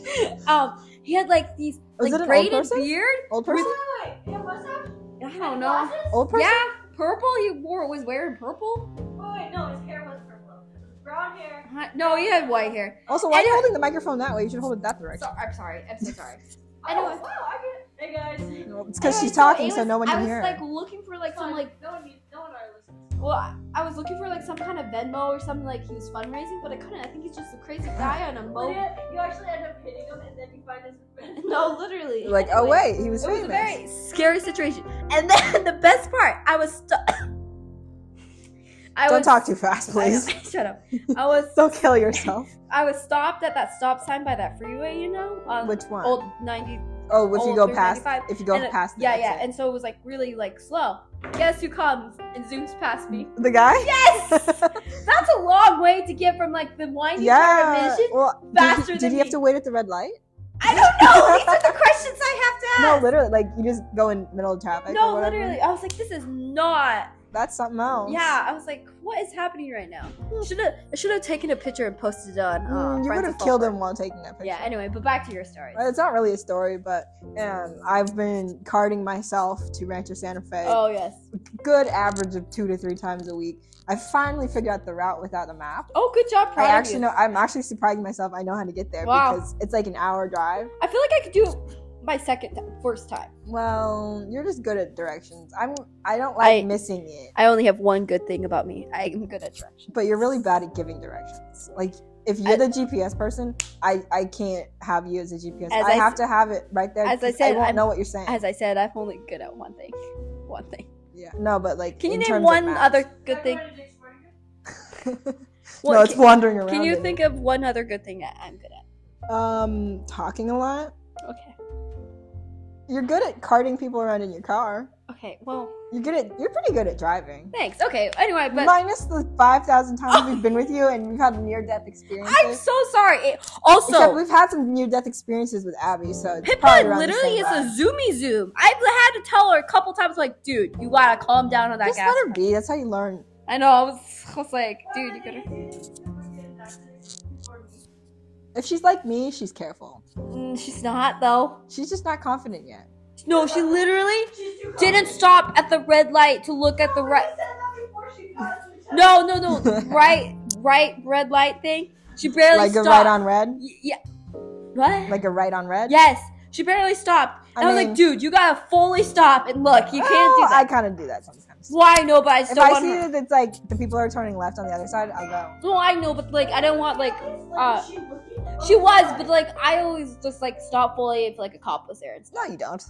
Um, he had like these Was it an like old braided person? beard. Old person? Wait, wait, wait. What's that? I don't know. Old person? Yeah, purple. He wore was wearing purple. Oh, wait, no, his hair was purple. It was brown hair. Uh, No, he had white hair. Also, why are you Anyway. holding the microphone that way? You should hold it that So, direction. I'm sorry. I'm so sorry. Oh, Anyway. wow, I get Hey, guys. No, It's because Anyway, she's so talking, it so was- no one I can was hear. like her. looking for like It's fine. some like no one needs, no one are listening. well I- I was looking for like some kind of Venmo or something like he was fundraising, but I couldn't. I think he's just a crazy guy on a Well, mo. yeah, you actually end up hitting him and then you find his friend. No, literally. Like, oh Anyway. wait, he was It was a famous. very scary situation. And then the best part, I was stuck. I Don't was, talk too fast, please. I know, shut up. I was Don't kill yourself. I was stopped at that stop sign by that freeway, you know, on Which one? Um, old ninety. oh, if you old go past, 395. if you go and, uh, past, the Yeah, yeah. exit. And so it was like really like slow. Guess who comes and zooms past me? the guy. Yes, that's a long way to get from like the windy part yeah. of mission. Well, did faster you- did, than you have me. to wait at the red light? I don't know. These are the questions I have to No, ask. literally, like you just go in middle of traffic. or No, whatever. literally. I was like, this is not That's something else. Yeah, I was like, what is happening right now? Should have I should have taken a picture and posted it on. Uh, Mm, you Friends would of have killed Folklore. him while taking that picture. Yeah. Anyway, but back to your story. Well, It's not really a story, but um, I've been carting myself to Rancho Santa Fe. Oh yes. Good average of two to three times a week. I finally figured out the route without a map. Oh, good job, I proud actually of you. know. I'm actually surprising myself. I know how to get there Wow. because it's like an hour drive. I feel like I could do it my second time, first time. Well, you're just good at directions. I'm. I don't like I- missing it. I only have one good thing about me. I am good at directions. but you're really bad at giving directions. Like if you're the I- GPS person, I I can't have you as a GPS. As I, I have to have it right there. as I 'cause said, won't I'm- know what you're saying. As I said, I'm only good at one thing. One thing. yeah, no, but like, Can you in name terms of one maps. other good thing? Everybody takes one. One- no, it's can, wandering around. can you in- think of one other good thing that I'm good at? Um, talking a lot. Okay. you're good at carting people around in your car. Okay, well, You're good at. You're pretty good at driving. thanks. Okay, anyway, but Minus the five thousand times we've been with you and we've had near death experiences. I'm so sorry. It, Except also, we've had some near death experiences with Abby, so it's probably Pippa around the literally same is vibe. a zoomy zoom. I've had to tell her a couple times, like, dude, you gotta calm down on that Just gas. let her be. That's how you learn. I know. I was, I was like, dude, you gotta. If she's like me, she's careful. Mm, she's not though. She's just not confident yet. No, she literally didn't stop at the red light to look at the right. No, no, no. the right, right, red light thing. She barely Like a stopped. right on red. Y- yeah. What? Like a right on red. yes. She barely stopped. I And I, was mean- like, dude, you gotta fully stop and look. You can't do Well, Oh, I that. kind of do that sometimes. Why I know, but I If still I want see her. that it's like the people are turning left on the other side, I'll go. No, I know, but like, I don't want like. uh, she looking at She us? was, but like, I always just like stop fully if like a cop was there. and stuff. No, you don't.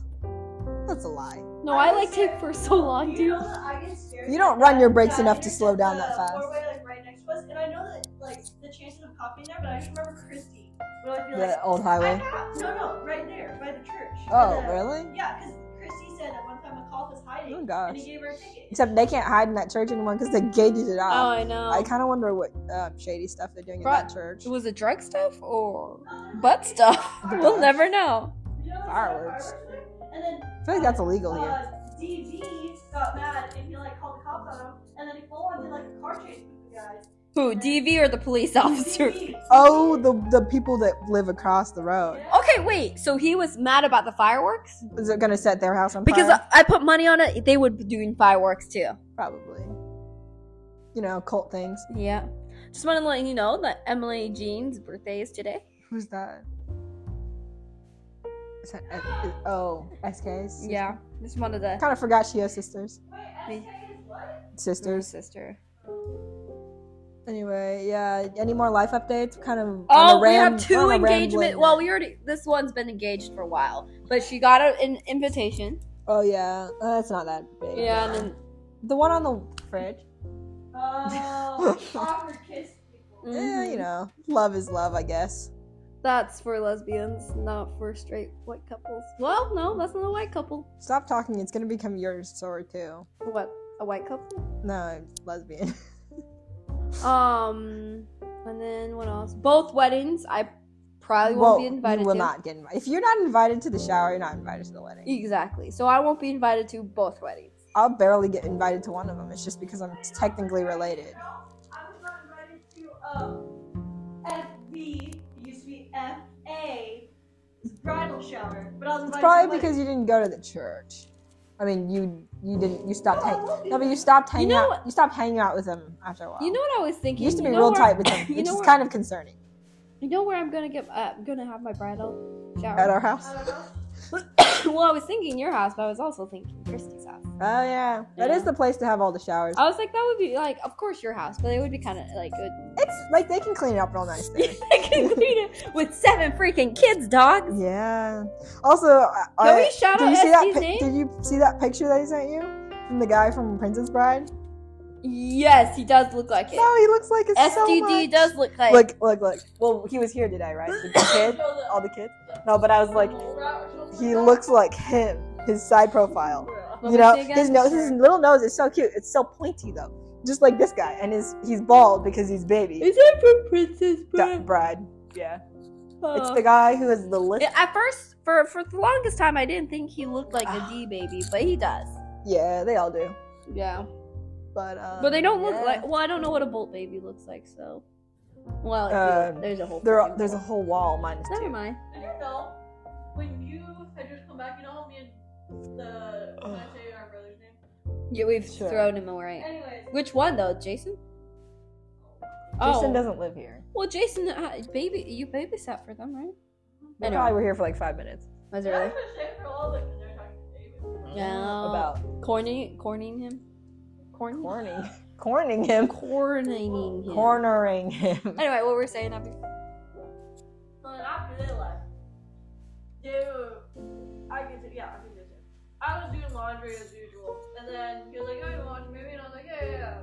That's a lie. No, I like take for so long, You dude. know that I get scared You if don't I'm run your driving brakes enough to because slow down the that fast. four-way, like, right next to us, and I know that like the chances of cop being there, but I just remember Christy. Would like be like, The old I highway. got no, no, right there by the church. Oh, The- really? Yeah, because Christy said that one time a cop was hiding, Oh, gosh. and he gave her a ticket. Except they can't hide in that church anymore because they gated it Oh, off. I know. I kind of wonder what um, shady stuff they're doing Right. in that church. was it drug stuff or butt stuff? We'll never know. Uh, You know what's Fireworks. so fireworks? And then I feel like that's illegal here. uh, DD got mad and he like called the cops on him, and then he full on did like a car chase with the guys. Who, DV or the police officer? DD. Oh, the the people that live across the road. Yeah. Okay, wait. So he was mad about the fireworks? Is it gonna set their house on fire? Because uh, I I put money on it, they would be doing fireworks too. probably, you know, cult things. Yeah. Just want to let you know that Emily Jean's birthday is today. Who's that? Is that F- is- oh SK's? Yeah. Just wanted to. Kind of forgot she has sisters. Wait, SK is what? Her Sisters. sister. Anyway, yeah. Any more life updates? Kind of. Oh, we ram- have on two a engagement. rambling- Well, we already. This one's been engaged for a while, but she got a- an invitation. Oh yeah, uh, it's not that big. Yeah, and then. The one on the fridge. Oh, awkward kiss people. Yeah, Mhm. Eh, you know, love is love, I guess. That's for lesbians, not for straight white couples. Well, no, that's not a white couple. Stop talking. It's gonna become yours, Sora too. What? A white couple? No, lesbian. Um, and then what else? Both weddings. I probably won't Well, be invited You will to. not get invited. If you're not invited to the shower, you're not invited to the wedding. Exactly. So I won't be invited to both weddings. I'll barely get invited to one of them. It's just because I'm technically related. I was not invited to um, FB, it used to be FA, it's bridal shower, but I was It's invited probably to because you didn't go to the church. I mean, you you didn't you stopped hanging. wedding. No, but you stopped hanging know out. You stopped hanging out with them after a while. You know what I was thinking? you used to be You know real where- tight with them, you which know is where- kind of concerning You know where I'm gonna get? Uh, I'm gonna have my bridal shower. at our house. Oh. I don't know. well, I was thinking your house, but I was also thinking Christy's house. Oh yeah, that is Yeah. Uh, the place to have all the showers. I was like, that would be like, of course, your house, but it would be kind of like good. It's like they can clean it up real nice there. I can clean it with seven freaking kids, dog. yeah. Also, I, Can I- we shout did out you see SD's that? pic- name? did you see that picture that he sent you from the guy from Princess Bride? Yes, he does look like it. No, he looks like it's so STD much. does look like. Look, look, look. Well, he was here today, right? The kid, all the kids. No, but I was like, he looks like him. His side profile. Let you me know, see again. his nose, his little nose is so cute. It's so pointy though, just like this guy. And his he's bald because he's baby Is that from Princess Di- Bride? bride. Yeah, it's Uh, the guy who has the list. it- At first, for for the longest time, I didn't think he looked like a D baby, but he does. Yeah, they all do. Yeah, But uh, but they don't look yeah. like. Well, I don't know what a Bolt baby looks like, so. Well, if you- Um, there's a whole. There, freaking are, there's a wall. whole wall minus Never two. mind. I don't know. When you had just come back, you know how me and the can I say our brother's name? Yeah, we've Sure. thrown him away. Anyways, Which one though, Jason? Jason oh. doesn't live here. Well, Jason, uh, baby, you babysat for them, right? They I know. probably were here for like five minutes. Was it I really was gonna say for all like they're talking to David. No. About corny, corning him? Corny, corning, corning him, corning him. cornering him. Anyway, what we're saying after? So then after they left, dude, I can do yeah, I can do it. I was doing laundry as usual, and then he was like, "I watch a movie," and I was like, "Yeah, yeah." yeah."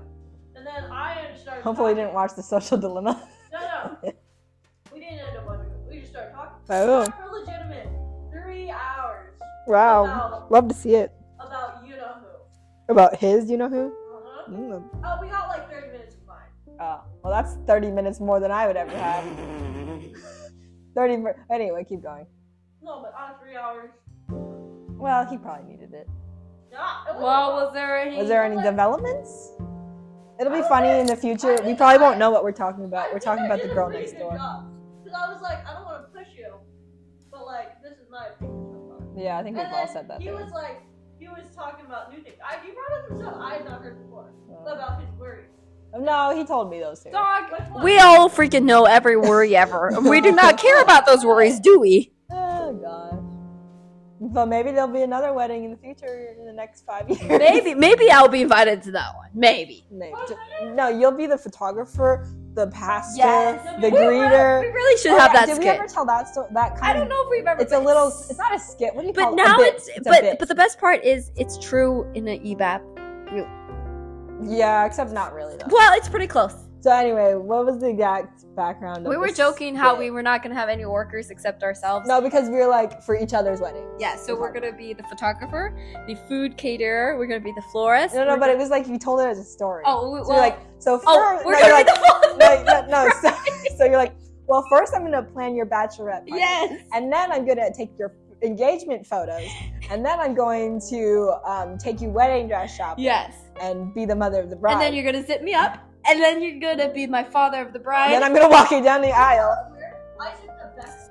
And then I started. Hopefully, he talking. didn't watch the Social Dilemma. No, no. we didn't end up watching. it. We just started talking. Oh. For legitimate three hours. About- Wow. Love to see it. about you know who. About his, you know who? Uh-huh. Mm. Oh, we got like 30 minutes of mine. Oh, well, that's 30 minutes more than I would ever have. 30 mi- Anyway, keep going. No, but on three hours. Well, he probably needed it. Nah, it Well, was was there any? Was there any Well, developments? It'll I be don't funny know. in the future. I We think probably I- won't know what we're talking I about. We're think talking I about the did a girl pretty next good door. job. 'Cause I was like, I don't want to push you, but like this is my opinion so far. Yeah, I think we've and all then said that. He though. was like, he was talking about new things. I, he brought up some stuff I had not heard before Uh, about his worries. no, he told me those two. Dog. Which one? We all freaking know every worry ever. We do not care about those worries, do we? Oh gosh. But maybe there'll be another wedding in the future in the next five years. Maybe, maybe I'll be invited to that one. Maybe. Maybe. No, you'll be the photographer, the pastor, Yes. the We were- greeter. We really should Oh, have yeah, that Did skit. we ever tell that story? That kind I don't know if we've ever. Of, it's a been- little. It's not a skit. What do you but call it? Oh, A now bit. it's, a but bit. but the best part is it's true in E an EBAP. yeah, except not really though. Well, it's pretty close. So anyway, what was the exact background? Of We were this joking how skit? we were not gonna have any workers except ourselves. No, because we were like for each other's wedding. Yeah, so we're gonna be the photographer, the food caterer. We're gonna be the florist. No, no, we're but gonna- it was like you told it as a story. oh, we- so well, you're like so. oh, fir- we're no, gonna you're like, be the florist. no, no, no. So, so you're like, well, first I'm gonna plan your bachelorette party, yes. and then I'm gonna take your engagement photos, and then I'm going to um, take you wedding dress shopping, Yes. and be the mother of the bride. And then you're gonna zip me up, and then you're gonna be my father of the bride. And then I'm gonna walk you down the aisle. I did the best.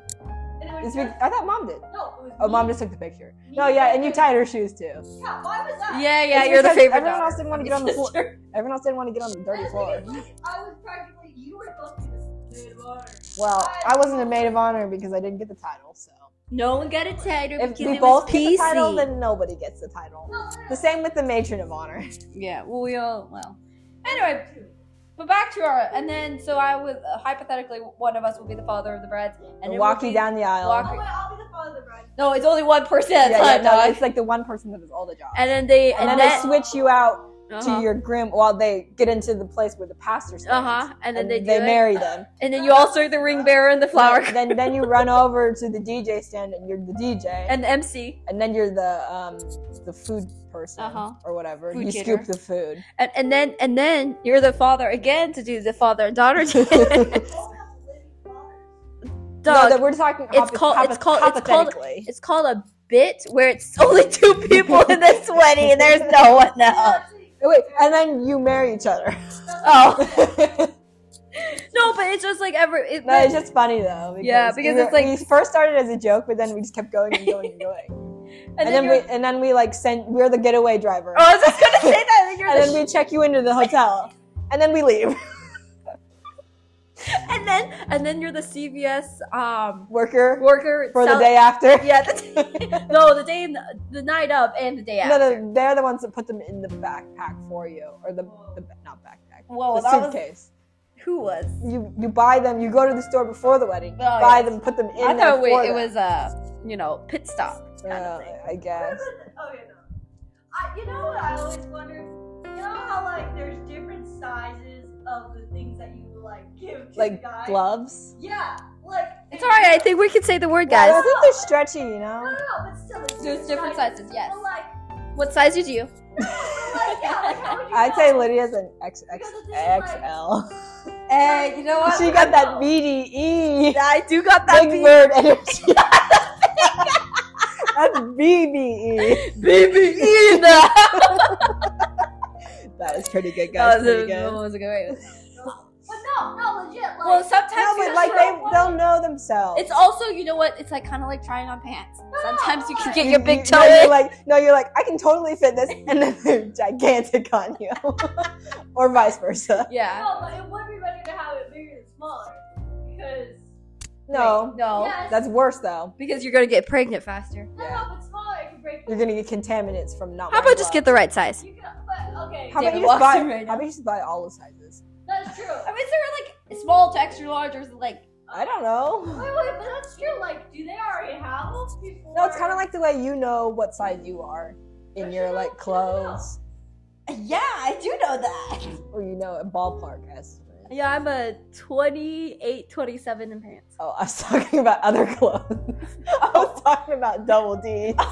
And it was It's be- just- I thought mom did. no, it was Oh, me. mom just took the picture. Me No, yeah, and you and- tied her shoes too. Yeah, why was that? yeah, yeah, It's you're the because favorite. Everyone daughter. else didn't want to get on the floor. Sister. Everyone else didn't want to get on the dirty And the floor. thing is, like, I was practically you were supposed to be the maid of honor. Well, I wasn't a maid of honor because I didn't get the title. So No one got a title if because we it was both get the title, PC. then nobody gets the title. No, no, no. The same with the matron of honor. Yeah. Well, we all well. Anyway, but back to our and then so I was hypothetically one of us will be the father of the brides and And it walk will you be- down the aisle. walk- Oh, wait, I'll be the father of the bride. No, it's only one person at a yeah, time, yeah, no, dog. it's like the one person that does all the jobs. And then they And and, then they then switch you out uh-huh, to your groom while they get into the place where the pastor stands. uh-huh, and then they do they it. marry them. and then you also are the ring bearer and the flower girl then then you run over to the DJ stand and you're the DJ, and, and the MC then you're the um the food person Uh-huh. or whatever. Food you caterer. scoop the food. and, and then and then you're the father again to do the father and daughter dance. All have living fathers. No, dog. that we're talking. it's called- it's called- it's called- hypothetically. it's called a bit where it's only two people in this wedding and there's no one else. Oh, Wait, and then you marry each other. Oh. no, No, but it's just like every it, it's just funny though. Yeah, because we it's like- we first started as a joke, but then we just kept going and going and going. and, and, then, then, you're, we and then we like sent. We're the getaway driver. Oh, I was just gonna say that. You're and the then we check you into the hotel, and then we leave. and then and then you're the CVS um Worker worker for the sell- day after. Yeah, the no, the day the night of and the day No, after. no, they're the ones that put them in the backpack for you, or the, the not backpack, Whoa, the Oh, that was suitcase. who was? You you buy them. You go to the store before the wedding, Oh, buy yes. them, put them in. I there thought we, for it them. was uh, you know pit stop. Uh, kind of thing. I guess. Oh yeah, no. I, you know what I always wondered? You know how like there's different sizes of the things that you like give to Like the guy? gloves. Yeah, like It's all right. I think we could say the word, Yeah, I guys. think they're stretchy. You No, know. no, no, but still, it's There's different sizes. Yes. But like, What size did you? like, yeah, like how would you I'd know? say Lydia's an X, X, Because it's just like- XL. Hey, you know she got that BDE. I do got that E. Big bird energy. That's E. BBE. BBE in the That was pretty good, That guys. was, Pretty a, good. that was a good one. But no, no, legit. Like, Well, sometimes No, you but just like throw they one- they'll know themselves. It's also, you know what? It's like kind of like trying on pants. Sometimes you can get You- your you- big no, toe You're in. like no, you're like I can totally fit this, and then they're gigantic on you, or vice versa. Yeah. no, but it would be better to have it bigger than smaller because No, No. yes, that's worse though. Because you're gonna get pregnant faster. no, no, but smaller it can break. You're gonna get contaminants from not. How about wearing just gloves. get the right size? You can, but okay, How about David you just walks buy? in right how now. about you just buy all the sizes? that's true. I mean, there are like small to extra large, or like I don't know. Wait, wait, but that's true. Like, do they already have those before? No, it's kind of like the way you know what size you are in But your you like don't- you don't know. clothes, yeah, I do know that. or you know a ballpark estimate. Yeah, I'm a 28, 27 in pants. Oh, I was talking about other clothes. I was talking about double D. Oh, shut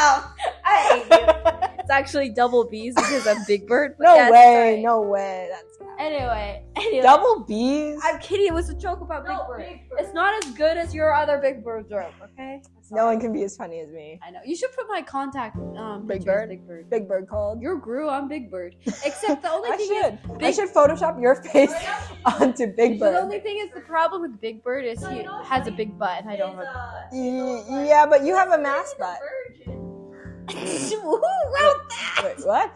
up. I hate you. It's actually double B's because I'm Big Bird. but No that's way, alright. no way. That's Anyway, anyway. double B's. I'm kidding. It was a joke about No, Big Bird. Big Bird. It's not as good as your other Big Bird joke, okay? No one can be as funny as me. I know. You should put my contact. Um, Big picture as Bird? Big Bird. Big Bird called. You're Gru. I'm Big Bird. Except the only I thing should. is, I Big should Photoshop your face onto Big The Bird. only thing is the problem with Big Bird is No, he you know what's has a funny? big butt. and I don't Is, have. uh, Y- yeah, but you have a mass You're butt. a virgin. Who wrote that? Wait, what?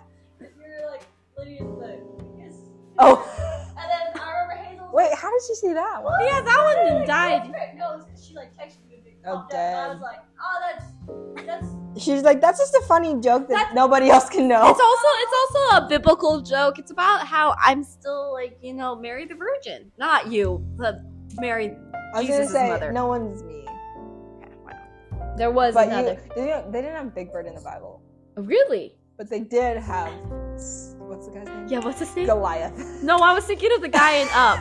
You're like Lydia's butt. Yes. Oh, And then I remember Hazel. wait. How did she see that one? Yeah, that one died. No, it was 'cause she like texted me. a big Oh, pop down, and I damn. was like, oh, that's that's. She's like, that's just a funny joke that nobody else can know. It's also it's also a biblical joke. It's about how I'm still like you know Mary the Virgin, not you, the Mary. I was Jesus' gonna say mother. no one's me, There was but you, another. they, didn't, they didn't have Big Bird in the Bible, Really? but they did have s- what's the guy's name? Yeah. What's his name? Goliath. No, I was thinking of the guy in Up.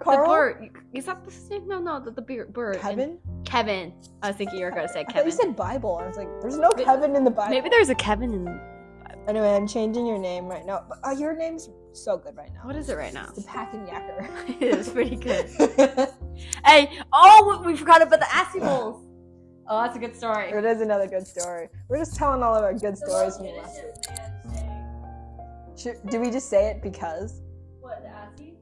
Carl? The bird. Is that the same? No, no, the, the beer, bird. in- Kevin? Kevin. I was thinking you were gonna say I thought you Kevin. said Bible. I was like, there's no Maybe- Kevin in the Bible. Maybe there's a Kevin in. Anyway, I'm changing your name right now. But, uh, your name's so good right now. What is it right now? It's the Pack and Yacker. it was pretty good. Hey, oh, we forgot about the assy bowls. Oh, that's a good story. it is another good story. We're just telling all of our good the stories most from last week. innocent man saying, Should, do we just say it because? What, the assy?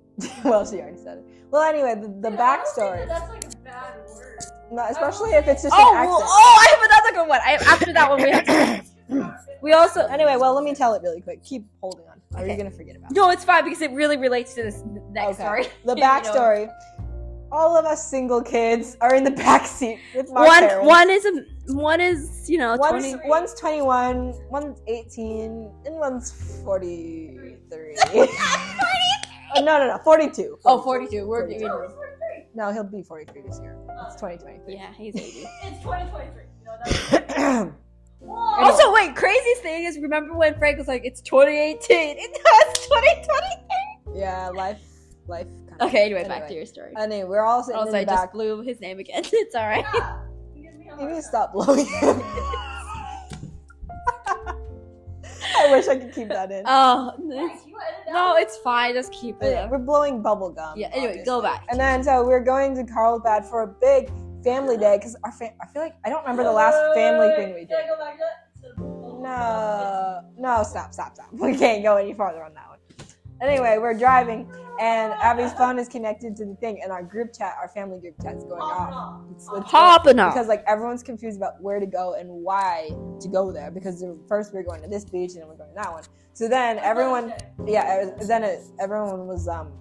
well, she already said it. Well, anyway, the, the Dude, I don't think backstory. that That's like a bad word. No, especially if it's just Oh, an accent. well, oh, I have another good one. I, after that one, we have to. We also Anyway, well, let me tell it really quick. Keep holding on. Are you gonna forget about it? no, it's fine because it really relates to this next Okay. story. The You know it. backstory. All of us single kids are in the back seat with my One, parents. one is a, one is you know one's, twenty. one's 21, one's 18, and one's 43. Oh, no, no, no, 42. Oh, 42. We're Forty-two. doing No, he'll be 43 this year. It's 2023. Yeah, he's eighty. Uh, It's 2023. You know, that's. Whoa! also, wait, craziest thing is remember when Frank was like, "It's 2018." It's 2020. yeah, life, life. Kind Okay, anyway, back to your story. I mean, we're all sitting Also, in I the just Uh, back. blew his name again. It's all right. You give me You a hard need to time. stop blowing. I wish I could keep that in. Oh Frank, it's- you edit out no, it's fine. Just keep But yeah, it. we're blowing bubble gum. Yeah. Anyway, go obviously. back. And then so we're going to Carlsbad for a big family day because our fam- I feel like I don't remember the last family thing we Can I did. go back to that? Instead of- No, no, stop, stop, stop. We can't go any farther on that one. Anyway, we're driving, and Abby's phone is connected to the thing, and our group chat, our family group chat, is going Pop off. it off. It's, it's Popping up. because like everyone's confused about where to go and why to go there because first we were going to this beach and then we're going to that one. So then everyone, Okay. yeah, it was- then it, everyone was um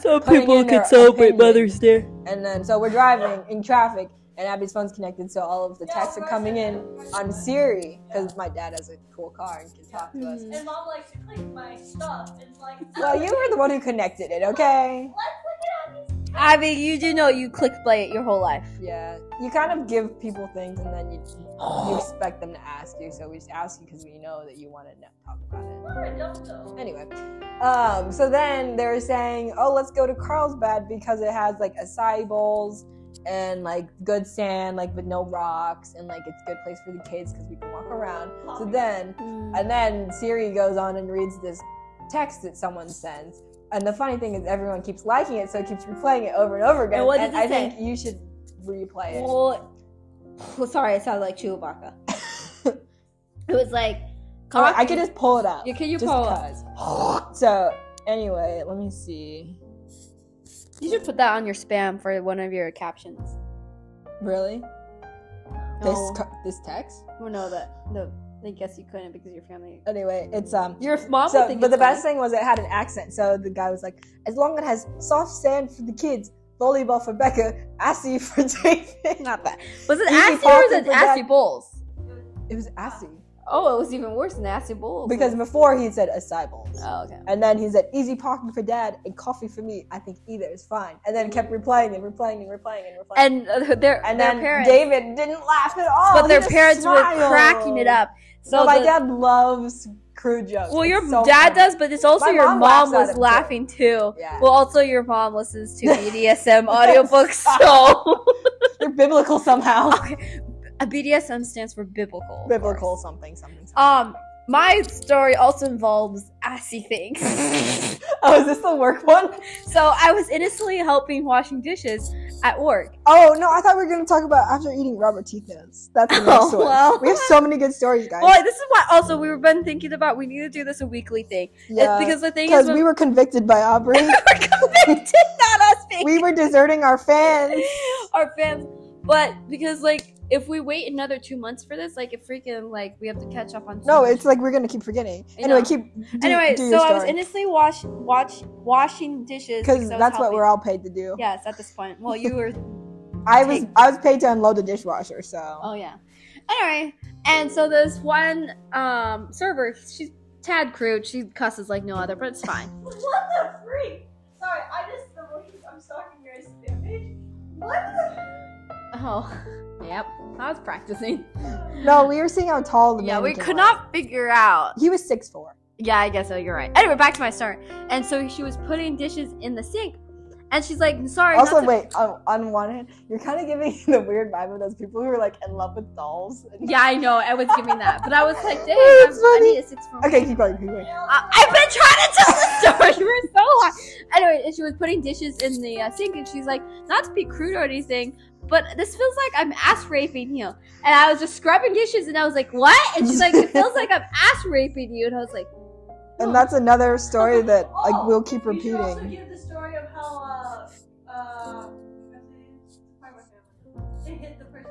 Some putting people in can their celebrate opinion. Mother's Day. And then, so we're driving in traffic, and Abby's phone's connected, so all of the Yeah, texts are right, coming right, in right, on right. Siri because my dad has a cool car and can talk to us. And mom likes to click my stuff. It's like. Well, you were the one who connected it, okay? Abby, you do know you click play it your whole life. Yeah, you kind of give people things, and then you you expect them to ask you. So we just ask you because we know that you want to talk about it. You're a dumb though. Anyway, um, so then they were saying, oh, let's go to Carlsbad because it has like acai bowls and like good sand, like with no rocks, and like it's a good place for the kids because we can walk around. So then, and then Siri goes on and reads this text that someone sends. And the funny thing is, everyone keeps liking it, so it keeps replaying it over and over again. And what does it I say? think you should replay it. Well, sorry, I sound like Chewbacca. it was like, All right, I could just pull it up. Yeah, can you just pull it cause. So, anyway, let me see. You should put that on your spam for one of your captions. Really? No. This cu- this text. Well, no, that no, I guess you couldn't because your family. Anyway, it's um. Your mom would So, think. but it's the best funny. thing was it had an accent. So the guy was like, "As long as it has soft sand for the kids, volleyball for Becca, assy for David." Not that. Was it Easy assy or was Poppin' it for Dad. assy bowls? It was assy. Oh, it was even worse than acid Oh. bowl. Because before he said acai bowls. oh, okay. And then he said, easy parking for dad and coffee for me. I think either is fine. And then kept replying and replying and replying and replying. And uh, their, And their then parents, David didn't laugh at all. Oh, but He their just parents were smiled. cracking it up. So no, my the- dad loves crew jokes. well, It's your so dad funny. does, but it's also My your mom mom laughs at was him, too. laughing too. Yeah. Well, also your mom listens to BDSM audiobooks, so They're biblical somehow. a BDSM stands for biblical. of biblical course. something, something. something. Um, my story also involves assy things. oh, is this the work one? so I was innocently helping washing dishes at work. Oh, no, I thought we were going to talk about after eating Robert Titna's. That's the next Oh, one. well. We have so many good stories, guys. Well, this is what also we've been thinking about. We need to do this a weekly thing. yeah. It's because the thing is, Because when we were convicted by Aubrey. convicted, not us being we were deserting our fans. our fans. But because like if we wait another two months for this, like it freaking like we have to catch up on. so No, much. it's like we're gonna keep forgetting. I Anyway, know. keep. Do, anyway. do so your I was story. innocently wash watch washing dishes because I was that's what helping. we're all paid to do. Yes, at this point. Well, you were. I was take- I was paid to unload the dishwasher, so oh yeah. Anyway, and so this one um server, she's tad crude. She cusses like no other, but it's fine. What the freak? Sorry, I just the way I'm stalking your Instagram page. What the? Oh, yep. I was practicing. no, we were seeing how tall the Yeah, we mannequin could was. not figure out. He was six four. Yeah, I guess so. You're right. Anyway, back to my story. And so she was putting dishes in the sink, and she's like, "Sorry." Also, not to- wait. On, on one hand, you're kind of giving the weird vibe of those people who are like in love with dolls. Yeah, I know. I was giving that, but I was like, "Dang, Oh, I'm, that's I funny. need a six from." Okay, keep going. Keep going. Uh, I- I've been trying to tell the story for so long. Anyway, and she was putting dishes in the uh, sink, and she's like, "Not to be crude or anything." But this feels like I'm ass raping you. And I was just scrubbing dishes and I was like, what? And she's like, it feels like I'm ass raping you. And I was like, And that's another story that like Oh, we'll keep You should also repeating. give the story of how uh uh my family. They hit the person.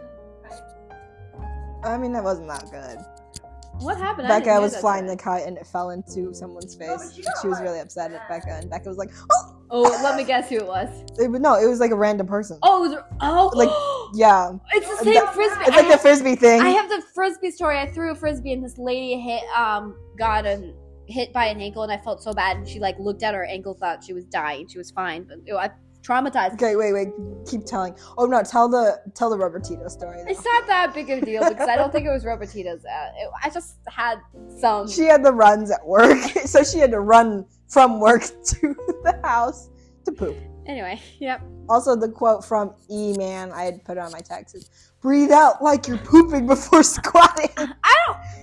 I mean, that wasn't that good. what happened? I didn't Becca hear was that flying story. the kite and it fell into someone's but face. you got, she was like, really upset at that. Becca, and Becca was like, "Oh, Oh, let me guess who it was. it, no!" It was like a random person. Oh, it was- oh, Yeah, it's the It's same like- frisbee. it's I, like the frisbee thing. I have the frisbee story. I threw a frisbee and this lady hit um got an hit by an ankle and I felt so bad and she like looked at her ankle thought she was dying. She was fine, but ew, I traumatized. Okay, wait, wait. Keep telling. Oh no, tell the tell the Robertito story. though. It's not that big of a deal because I don't think it was Robertita's. Uh, it, I just had some. She had the runs at work, so she had to run from work to the house to poop. Anyway, yep. Also, the quote from E Man I had put on my text is, "Breathe out like you're pooping before squatting."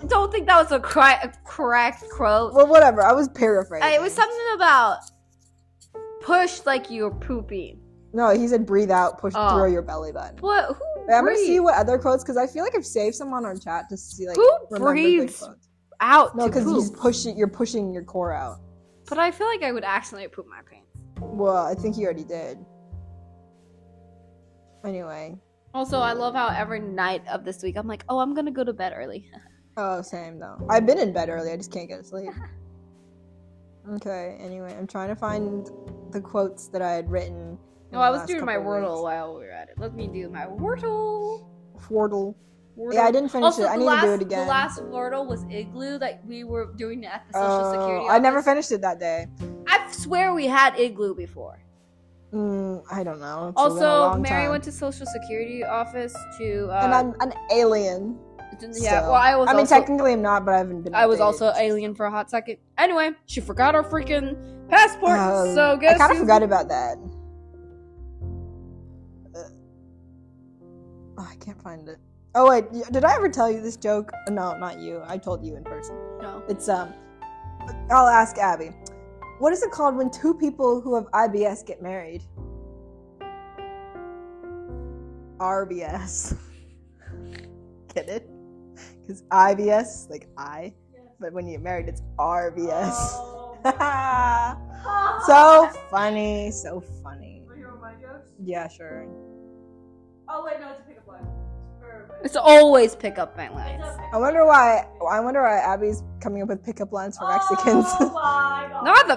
Don't think that was a, cri- a correct quote. well, whatever. I was paraphrasing. Uh, it was something about push like you were pooping. no, he said, "Breathe out, push Oh. through your belly button." What? Who? Wait, I'm gonna breathed? see what other quotes because I feel like I've saved some on our chat to see like Who remember good breathes? quotes. out No, to because poop. you push it. You're pushing your core out. But I feel like I would accidentally poop my pants. Well, I think he already did. Anyway, Also, I love how every night of this week I'm like, oh, I'm gonna go to bed early. oh, same though. I've been in bed early. I just can't get to sleep. Okay. Anyway, I'm trying to find the quotes that I had written. in the No, I was last doing my couple Wordle weeks. while we were at it. Let me do my Wordle. Wordle. Wordle. Yeah, I didn't finish also, it. I the need last, to do it again. The last Wordle was Igloo that we were doing at the Social Security. Oh, I never office. finished it that day. I swear we had Igloo before. Mm, I don't know. It's been a also, long Mary time. went to Social Security office to. Uh, and I'm an alien. yeah, so- well, I was. I mean, also- technically, I'm not, but I haven't been. I was updated. also alien for a hot second. Anyway, she forgot her freaking passport. Um, so guess I kind of who- forgot about that. Uh, oh, I can't find it. Oh wait, y- did I ever tell you this joke? No, not you. I told you in person. No. It's um, I'll ask Abby. What is it called when two people who have IBS get married? RBS. get it? Because IBS, like I, but when you get married, it's RBS. Oh. so funny, so funny. Wanna hear one of my jokes? Yeah, sure. Oh wait, no, it's a pickup line. Or- It's always pick up my lines. It's a pickup I wonder why. I wonder why Abby's coming up with pickup lines for Mexicans. Oh my god. Not the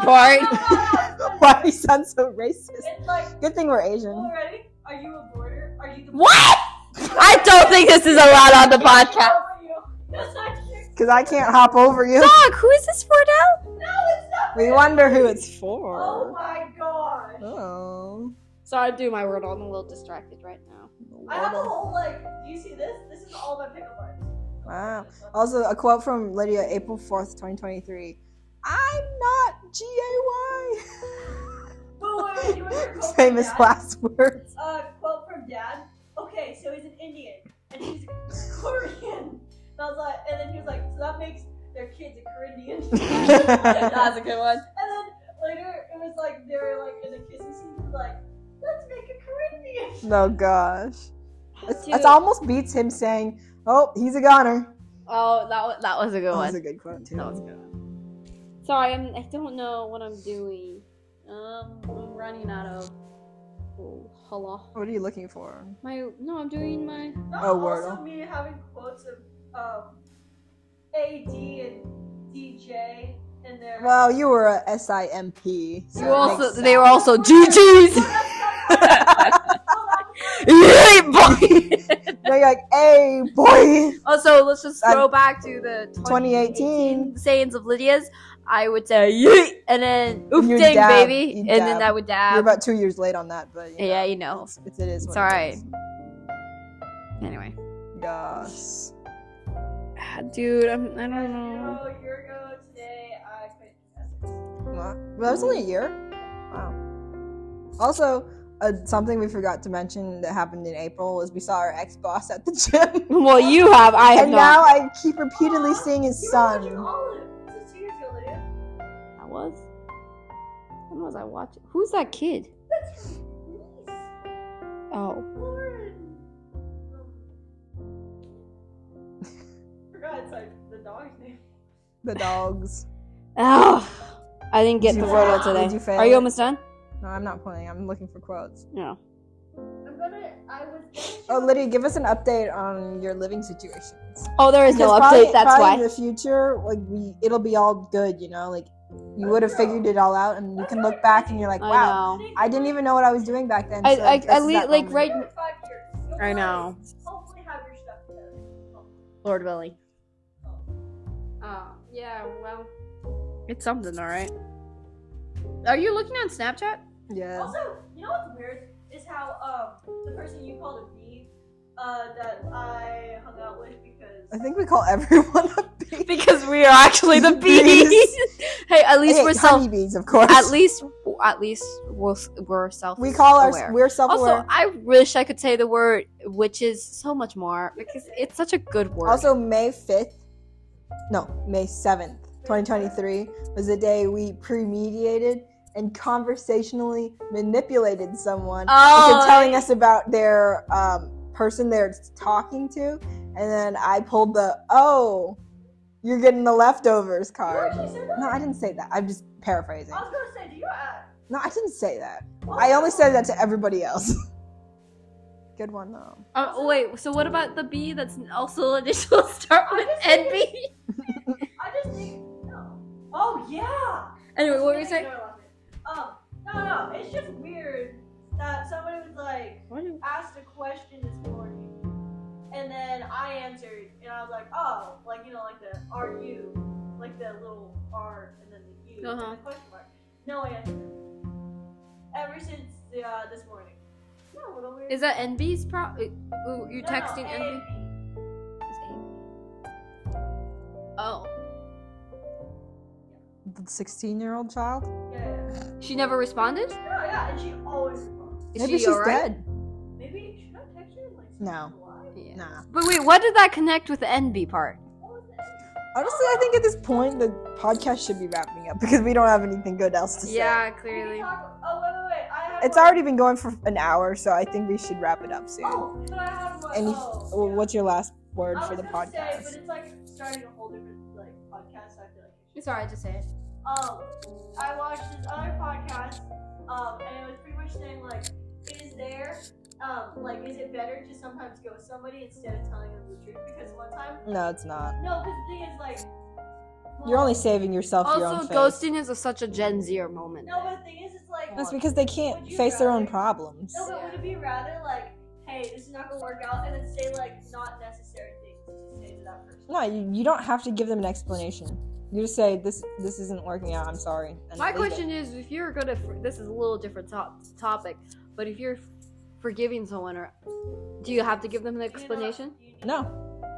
part. why you sound so racist? It's like, Good thing we're Asian. already? Are you a border? Are you the What? I don't think this is allowed on the podcast. That's because I can't hop over you. Dog, who is this for now? We wonder who it's Oh for. my gosh. Oh. So I do my word. I'm a little distracted right now. I have a whole like. Do you see this? This is all my pickup lines. Wow. Also, a quote from Lydia, April 4th, 2023. I'm not G A Wait, wait, wait, Oh, you want your Y. quote Famous from dad? last words. Uh, quote from dad. Okay, so he's an Indian and he's Korean. And I was like, and then he was like, so that makes their kids a Korean. That's a good one. And then later it was like they were like in a kissing scene. He was like, let's make a Corinthian. No Oh, gosh. It's, Dude. it's almost beats him saying, "Oh, he's a goner." Oh, that wa- that was a good That one. was a good quote too. That was a good one. Sorry, I'm. I don't know what I'm doing. Um, I'm running out of. Oh, hello. What are you looking for? My no, I'm doing my. Not Oh, also Wordle. me having quotes of um, AD and DJ and their. Well, you were a SIMP. So You it also- makes sense. they were Oh, also GGs. that's not- oh, that's- Yay, boy. They're like, "Hey, boy, Oh, Also, let's just Uh, go back to the 2018." sayings of Lydia's. I would say yeet, and then oof You dang dab, baby, you and dab. then that would You're dab. about two years late on that, but you yeah, know, you know. it's, it's, it is. It's what it alright. is. Anyway, Yes. Ah, Dude, I'm. I As don't you know. know, a year ago today, I quit Essex. Wow. Well, that was only a year. Wow. Also, uh, something we forgot to mention that happened in April is we saw our ex boss at the gym, Well, you have. I have and not. now I keep repeatedly seeing his You were son. watching Olive. This is two years ago, Lydia. I was. When was I watching? Who's that kid? That's her niece. Oh, Lauren. Um, Forgot it's like the dog's name. The dogs. oh. I didn't get Did the you word out fail? Did today. you fail Are you it? almost done? No, I'm not playing. I'm looking for quotes. No. I'm gonna. I was. Gonna Oh, show- Lydia, give us an update on your living situations. Oh, there is no Because update. probably- that's probably why. In the future, like we, it'll be all good. You know, like you would have figured it all out, and you can look back and you're like, wow, I know. I didn't even know what I was doing back then. I, so I, this I is le- that like moment. right. You're in five years. You'll I know. Hopefully, have your stuff together. Lord willing. Oh yeah. Well, it's something, all right. are you looking on Snapchat? Yeah. Also, you know what's weird is how um the person you called a bee, uh, that I hung out with because I think we call everyone a bee. Because we are actually the Bees. bees. hey, at least Hey, we're self. honeybees, of course. At least, at least we're, we're self. we call our aware. we're self-aware. Also, Also, I wish I could say the word which is so much more because it's such a good word. May fifth, no, May seventh, 2023 was the day we pre-mediated and conversationally manipulated someone into oh, telling us about their um, person they're talking to, and then I pulled the oh, you're getting the leftovers You card. actually said that. No, I didn't say that. I'm just paraphrasing. I was gonna say, do you? Uh, oh, No, I didn't say that. I only said that to everybody else. Good one though. Uh, oh, wait. So what about the B that's also initial start with NB? I just think no. Oh yeah. Anyway, what were you Really saying? good one. Um, no, no, it's just weird that somebody was like asked a question this morning, and then I answered, and I was like, oh, like you know, like the are you, like the little r and then the u Uh-huh. and the question mark. No answer. Ever since the, uh, this morning. No, a little weird. Is that NB's pro? uh, ooh, You're No, no, texting A NB? and It's A. Oh, The 16 year old child? B. Yeah, she never responded. yeah. No, yeah, and she always responds. Is Maybe she she's alright? dead. Maybe should I text her and, like? see No. if Yeah. she's alive? Nah. But wait, what did that connect with the NB part? What was that? Honestly, I think at this point the podcast should be wrapping up because we don't have anything good else to say. We can talk- Oh wait, wait, wait. I have It's one. already been going for an hour, so I think we should wrap it up soon. Oh, but I have one. Any, oh, well, yeah. what's your last word I for was the gonna Say, podcast? but it's like starting a whole different like podcast. So I feel like. It's alright, just say it. Um, I watched this other podcast, um, and it was pretty much saying like, is there, um, like, is it better to sometimes go with somebody instead of telling them the truth? Because one time, no, it's not. no, because the thing is like, well, You're only saving yourself your own Also, face. ghosting is a, such a Gen Zer -er moment. No, but the thing is, it's like. That's because they can't Would you face their own rather- problems. No, but would it be rather like, hey, this is not gonna work out, and then say like not necessary things to say to that person? No, you, you don't have to give them an explanation. You just say this this isn't working out. I'm sorry. and My leave it. question is, if you're gonna, for- this is a little different to- topic, but if you're forgiving someone, or do you have to give them an explanation? No.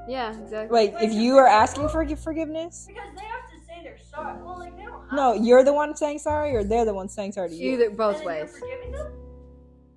Yeah, exactly. Wait, if you are asking for gi- forgiveness, Because they have to say they're sorry. Well, like they don't. Have no, you're the one saying sorry, or they're the one saying sorry to you. Either both and then you're ways. forgiving them?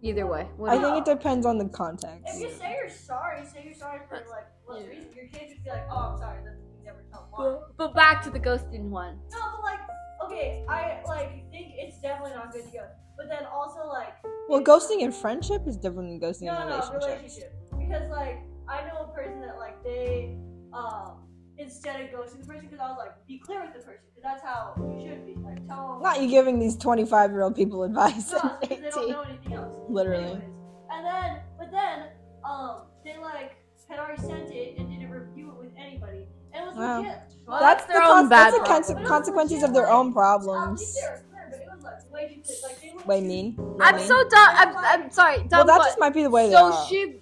Either way. I What think it depends on the context. If you say you're sorry, say you're sorry for like what reason. Your kids would be like, oh, I'm sorry. That you never tell why. but back to the ghosting one. No, but like, okay, I like think it's definitely not good to go. But then also like, Well, ghosting in friendship is different than ghosting no, in no, relationships. relationship. Because like, I know a person that like they, um, instead of ghosting the person, because I was like, be clear with the person, because that's how you should be. Like, tell them. Not you giving these 25 year old people advice. No, at it's because they don't 18. know anything else. Literally. Anyways, and then, but then, um, they like had already sent it and didn't review it with anybody. And it was Wow. legit. Well, that's, that's their the own cons- bad That's the problem. conse- consequences of their own problems. At least they were clear, but it was like way too clear. Like, they went Way too- mean. Way I'm mean. so dumb. I'm, I'm sorry. Well, Dumb, that but- just might be the way they so are. she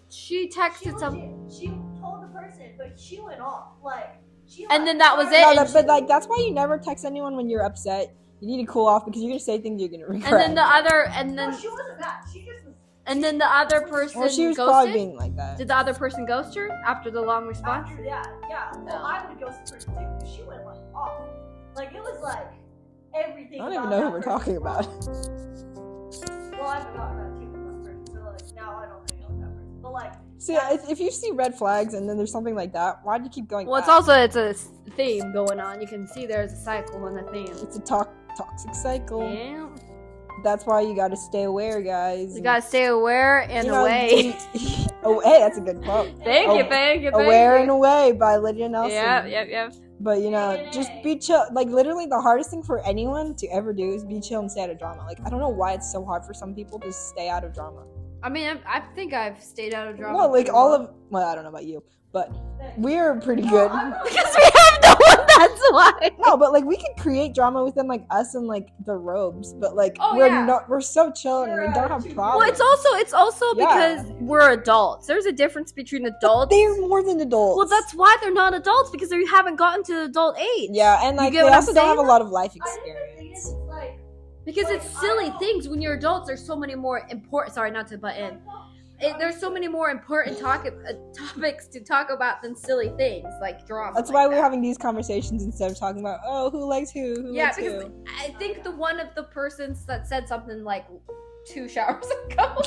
She, she texted some. legit, she told the person, but she went off. Like, she And like, then that was started- it, no, and that, but like that's why you never text anyone when you're upset. You need to cool off because you're gonna say things you're gonna regret. And then the other, and No, then she wasn't that. She just was. and then the other person well, she was probably ghosted. being like that. Did the other person ghost her after the long response? After that, yeah. Well, I would go super too. 'cause She went like off. Like it was like I everything. don't about even know who that we're person talking was about. wrong. Well, I forgot about two about person, so like now I don't hang out with that person. But like, See, if, if you see red flags and then there's something like that, why do you keep going? Well, it's back? also it's a s- theme going on. You can see there's a cycle and a theme. it's a to- toxic cycle. Yeah. That's why you gotta stay aware, guys. You gotta stay aware and You know, away. d- oh, hey, that's a good quote. thank you, Oh, thank you, thank Aware and you. Away by Lydia Nelson. Yep, yep, yep. But you know, just be chill. Like literally, the hardest thing for anyone to ever do is be chill and stay out of drama. Like I don't know why it's so hard for some people to stay out of drama. I mean, I, I think I've stayed out of drama. Well, like all of well, I don't know about you, but we're pretty good. because we have no one. That's why. No, but like we could create drama within like us and like the robes, but like Oh, we're yeah. not we're so chill and we don't have problems. Well, it's also it's also Yeah. because we're adults. There's a difference between adults. they're more than adults. well, that's why they're not adults because they haven't gotten to adult age. yeah, and like they get what I'm also don't saying, have a lot of life I think the thing is experience. it's like Because it's Like, I silly don't- things. When you're adults, there's so many more important. Sorry, not to butt in. It, there's so many more important talk, uh, topics to talk about than silly things like drama. That's like why we're that. having these conversations instead of talking about oh who likes who, who Yeah, likes because who. I think the one of the persons that said something like two showers ago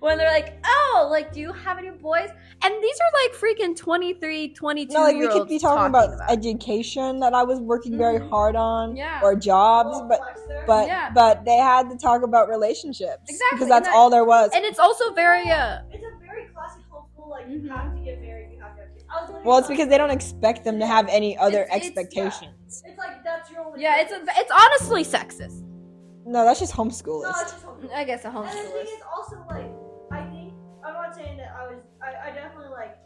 when they're like, "Oh, like do you have any boys?" And these are like freaking 23, 22 No, like we year could be olds talking, about, education that I was working very hard on, Mm-hmm. yeah. or jobs, but flex there. but Yeah. but they had to talk about relationships Exactly, because that's and I- all there was. and it's also very uh it's a very classic homeschool. Like Mm-hmm. you have to get married, you have to have kids. I was literally well, it's like- because they don't expect them to have any other It's- it's- expectations. it's like that's your only. yeah, it's a, it's honestly sexist. No, that's just no, it's homeschoolers. just homeschool. I guess a And the homeschooler. thing is also like I think I'm not saying that I was I, I definitely like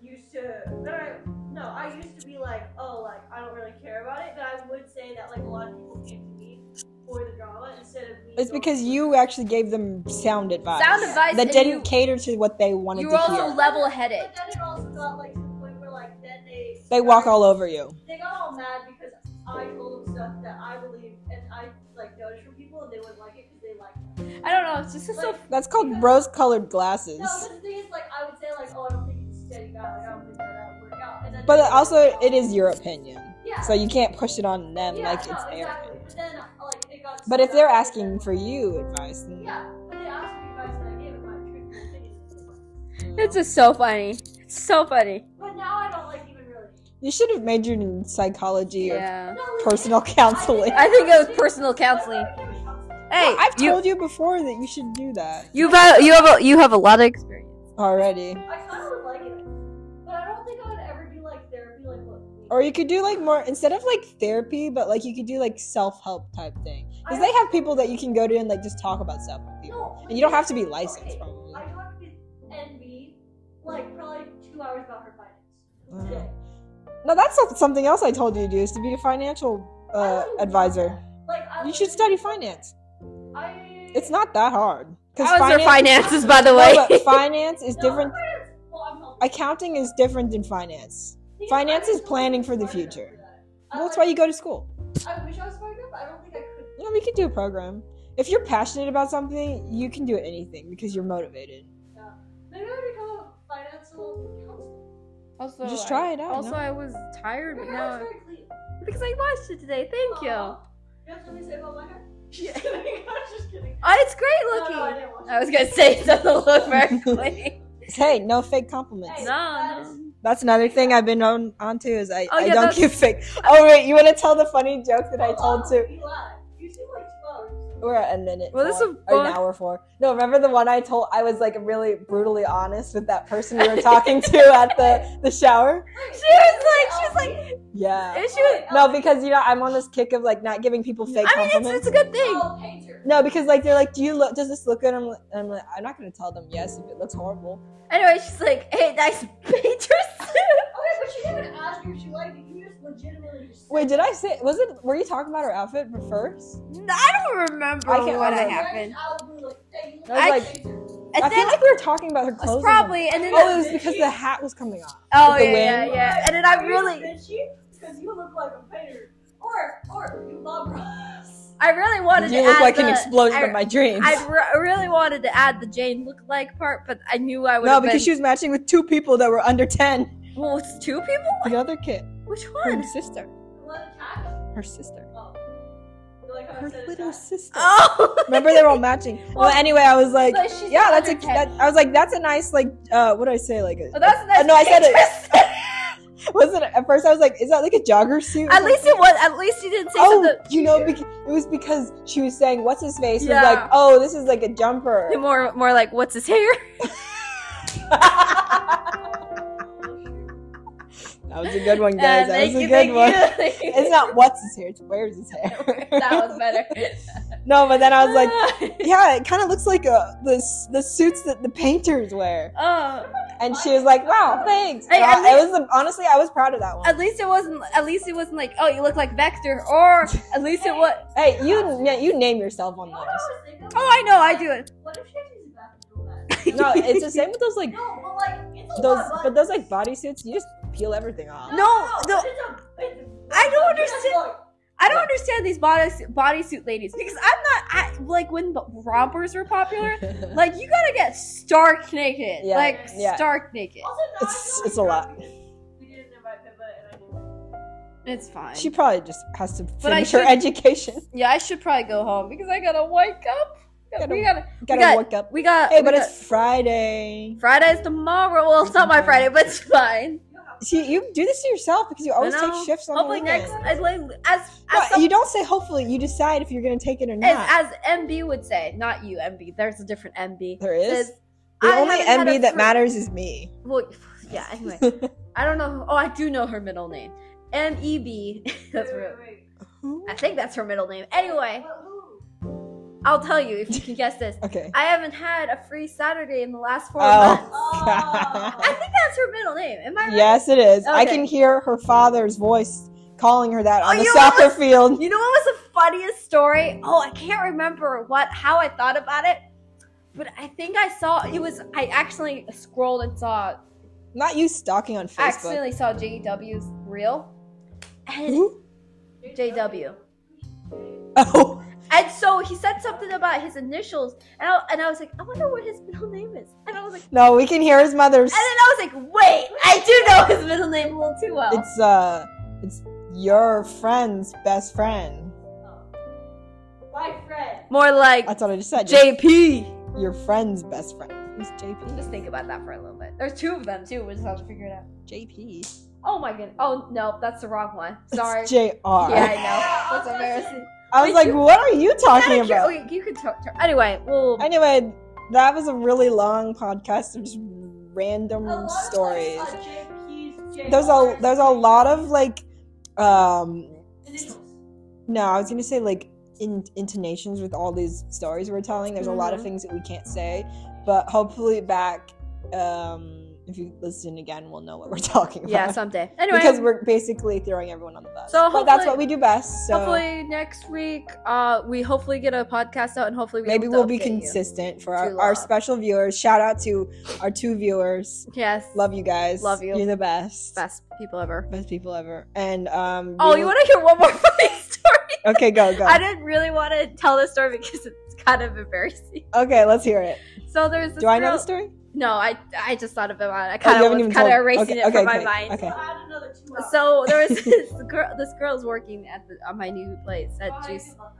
used to but I no, I used to be like, oh like I don't really care about it, but I would say that like a lot of people came to me for the drama instead of me It's going because for- you actually gave them sound advice. Sound advice that and didn't you- cater to what they wanted You to were also hear. level headed. But then it also got like to the point where like then they They walk started- all over you. they got all mad because I told them stuff that I believed and I like noticed from people and they wouldn't like it because they liked it. I don't know. It's just it's so Like, That's called rose-colored glasses. no, but the thing is like I would say like, oh I don't think he's a steady guy, like I don't think that that would work out. And then But they- also, it is your opinion. Yeah. So you can't push it on them Yeah, like it's no, their exactly. opinion. But then, like, it got But if they're stuck. asking for you advice, then Yeah, but they asked me advice and I gave it my truthful opinion. it's just so funny. It's so funny. But now I don't, like, even really. you should have majored in psychology Yeah. No, or like, personal counseling. I think it was personal counseling. Hey, I've you told you before that you should do that you've had, you have a, you have a lot of experience. already. I kind of would like it. But I don't think I would ever do, like, therapy, like, what. Or you could do like more instead of like therapy, but like you could do like self help type thing because they have people that you can go to and like just talk about stuff with people, No, and you don't have to be licensed okay, probably. I talked with NB, like, probably two hours about her Wow. finance. Today. No, that's not- something else I told you to do is to be a financial uh, advisor. Like, I You should literally- study finance. I, it's not that hard. Because How's your finances, by the way? but finance is No, different. Well, I'm helping. Accounting is different than finance. Finance is planning for the future. Well, that's why you go to school. I wish I was smart enough. I don't think I could. You know, we could do a program. If you're passionate about something, you can do anything because you're motivated. Maybe I become a financial counselor. Also, Just I- try it out, Also, no? I was tired, but Maybe I was now very clean. because I watched it today. Thank you. Oh, Aw. You have something to say about my hair? Just kidding. I'm just kidding. Oh, it's great No, no, I looking. didn't watch I was gonna say it doesn't look very clean. Hey, no fake compliments. Hey, No, that no. is- That's another thing I've been on onto is I, Oh, I yeah, don't that's- give fake. Oh wait, you want to tell the funny joke that I told Oh, to? You lied. You seem like two hours. We're at a minute. Well, this four, is or an both- hour four. No, remember the one I told? I was like really brutally honest with that person we were talking to at the the shower. She was like, she was like, Yeah. and she was. No, because you know I'm on this kick of like not giving people fake I mean, it's, compliments. it's a good thing. Oh, painter. No, because like they're like, do you look? Does this look good? I'm, li- I'm like, I'm not gonna tell them yes if it looks horrible. Anyway, she's like, hey, nice painters. Okay, but she didn't ask you if she liked it. You just legitimately just. Wait, did I say? Was it? Were you talking about her outfit first? I don't remember I can't what remember. happened. I was like, hey, you look I- like a painter. I And feel then like we were talking about her it was clothes. probably, and then Oh, it was because the hat was coming off. oh with the yeah, yeah, wind. yeah, and then I You're really, bitchy because you look like a painter. Or, or you love us. I really wanted You to look add like the, an explosion I- of my dreams. I re- really wanted to add the Jane look-alike part, but I knew I would. no, because she was matching with two people that were under ten. well, it's two people. The other kid, Which her one? sister, You love cats? her sister, Oh. You like how I her said it little fast? sister. Oh, Remember they were all matching. Well, anyway, I was like, But she's yeah, that's a. under 10. That, I was like, that's a nice like. uh What did I say? Like, a, well, Oh, that's Uh, that's no, I said it. Wasn't it- at first I was like, is that like a jogger suit? At least it was. At least you didn't say oh, something you know, beca- it was because she was saying, "What's his face?" Yeah. Was like, "Oh, this is like a jumper." more more like what's his hair. that was a good one, guys. Uh, that was a good thank you, one. thank you. It's not what's his hair; it's where's his hair. that was better. no, but then I was like, "Yeah, it kind of looks like a the s- the suits that the painters wear." oh, And she was like, "Wow, thanks." Hey, And I- at it was the, honestly, I was proud of that one. at least it wasn't. At least it wasn't like oh, you look like Vector, or at least it was. Hey, you yeah, you name yourself on You know what I those. was thinking? Oh, I know, I do it. What if she had to use the bathroom real No, bad? it's the same with those like No, but like it's a those lot of but those like bodysuits, you just peel everything off. No, no. but It's a, it's a, I don't it's a- understand. I don't understand these body bodysuit ladies because I'm not I, like when b- rompers were popular. Like you gotta get stark naked, Yeah, like yeah. stark naked. Also, now It's- I it's a lot. We didn't invite Pippa, and I didn't. It's fine. She probably just has to I finish her should- education. yeah, I should probably go home because I gotta wake up. Gotta- we gotta, Gotta got- work up. we got. Hey, we but got- it's Friday. Friday's tomorrow. Well, it's not my Friday, but it's fine. See, you do this to yourself because you always know. take shifts on Hopefully the next, weekend. as like, as No, as, some- you don't say hopefully. You decide if you're gonna take it or not. as, as MB would say, not you, MB. There's a different MB. there is. Says, The I only haven't had MB a that fr- matters is me. Well, yeah. Anyway, I don't know. who- Oh, I do know her middle name. M E B. That's Wait, real. wait, wait. I think that's her middle name. Anyway, But who? I'll tell you if you can guess this. Okay. I haven't had a free Saturday in the last four months. Oh. Oh. I think that's her middle name. Am I right? yes, it is. I Okay. can hear her father's voice calling her that on Oh, the you soccer field. You know what was the funniest story? Oh, I can't remember what how I thought about it, but I think I saw it was I actually scrolled and saw Not you stalking on Facebook. accidentally saw JW's reel. And Who? JW. Oh, And so he said something about his initials, and I, and I was like, I wonder what his middle name is. And I was like, no, we can hear his mother's. and then I was like, wait, I do know his middle name a little too well. It's uh, it's your friend's best friend. My friend. More like That's what I just said. Your- JP. your friend's best friend. Who's JP? Just think about that for a little bit. There's two of them too. We just have to figure it out. JP. Oh my goodness. Oh no, that's the wrong one. Sorry. It's JR. Yeah, I Yeah, know. That's I'll embarrassing. I was But like, you- what are you talking Kinda cur- about? okay, you oh, could talk. To Anyway, well, Anyway, that was a really long podcast of just random A lot of uh, us stories. are JPs, JRs, There's a there's a lot of like, um, initials. no, I was gonna say like in, intonations with all these Mm-hmm. stories we're telling. There's a lot of things that we can't say, but hopefully back um if you listen again, we'll know what we're talking about. Yeah, someday. Anyway, because we're basically throwing everyone on the bus. So but that's hopefully- what we do best. So hopefully next week, uh, we hopefully get a podcast out, and hopefully we maybe have to we'll be update you. consistent for Too our, long. our special viewers. Shout out to our two viewers. Yes, Love you guys. Love you. You're the best. best people ever. Best people ever. And um Oh, we- you want to hear one more funny story? Okay, go, go. I didn't really want to tell this story because it's kind of embarrassing. Okay, let's hear it. So there's this Do I know girl- the story? No, I I just thought of it. Oh, I you kind of haven't even kind of told- erasing okay, it from okay, my okay, mind. Okay. We'll add another two hours. So there was this girl. This girl's working at the on my new place at Why do you Juice. love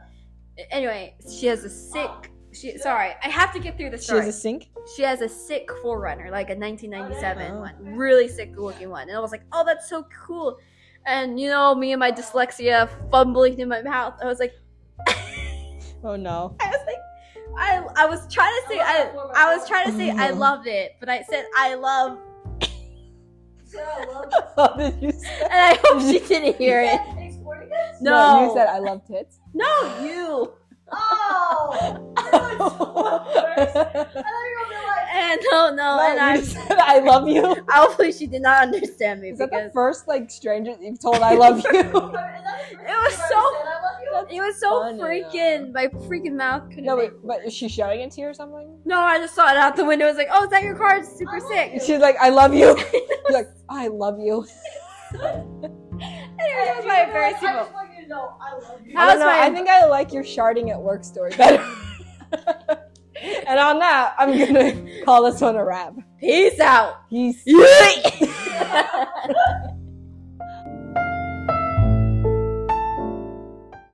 that? Anyway, she has a sick. She sorry, I have to get through the She story. has a sink. she has a sick forerunner, like a 1997 Oh. one, really sick looking one. And I was like, oh, that's so cool. And you know, me and my dyslexia fumbling in my mouth, I was like, Oh no. I was like, I, I was trying to say, I, I was trying to say Mm-hmm. I loved it, but I said I love, Sarah loves What did you say? and I hope she didn't hear it. Thanks for it. No, you said I love tits. no, you. Oh! I thought you were gonna be like, And no, no, No, and you I, just said I love you. hopefully she did not understand me Is that the because first like stranger that you've told I love you? "Is that the first It was time I so- said I love you?" it was so funny. freaking, my freaking mouth couldn't. no, No, wait, but is she shouting it to you or something? no, I just saw it out the window. I was like, oh, is that your car? It's super I love sick. She's like, I love you. You're like, I love you. Anyway, that was You my were like, embarrassing I moment. just want you to know I love you. How- I don't How's know. my- I think I like your sharding at work story better. and on that, I'm gonna call this one a wrap. Peace out. Peace.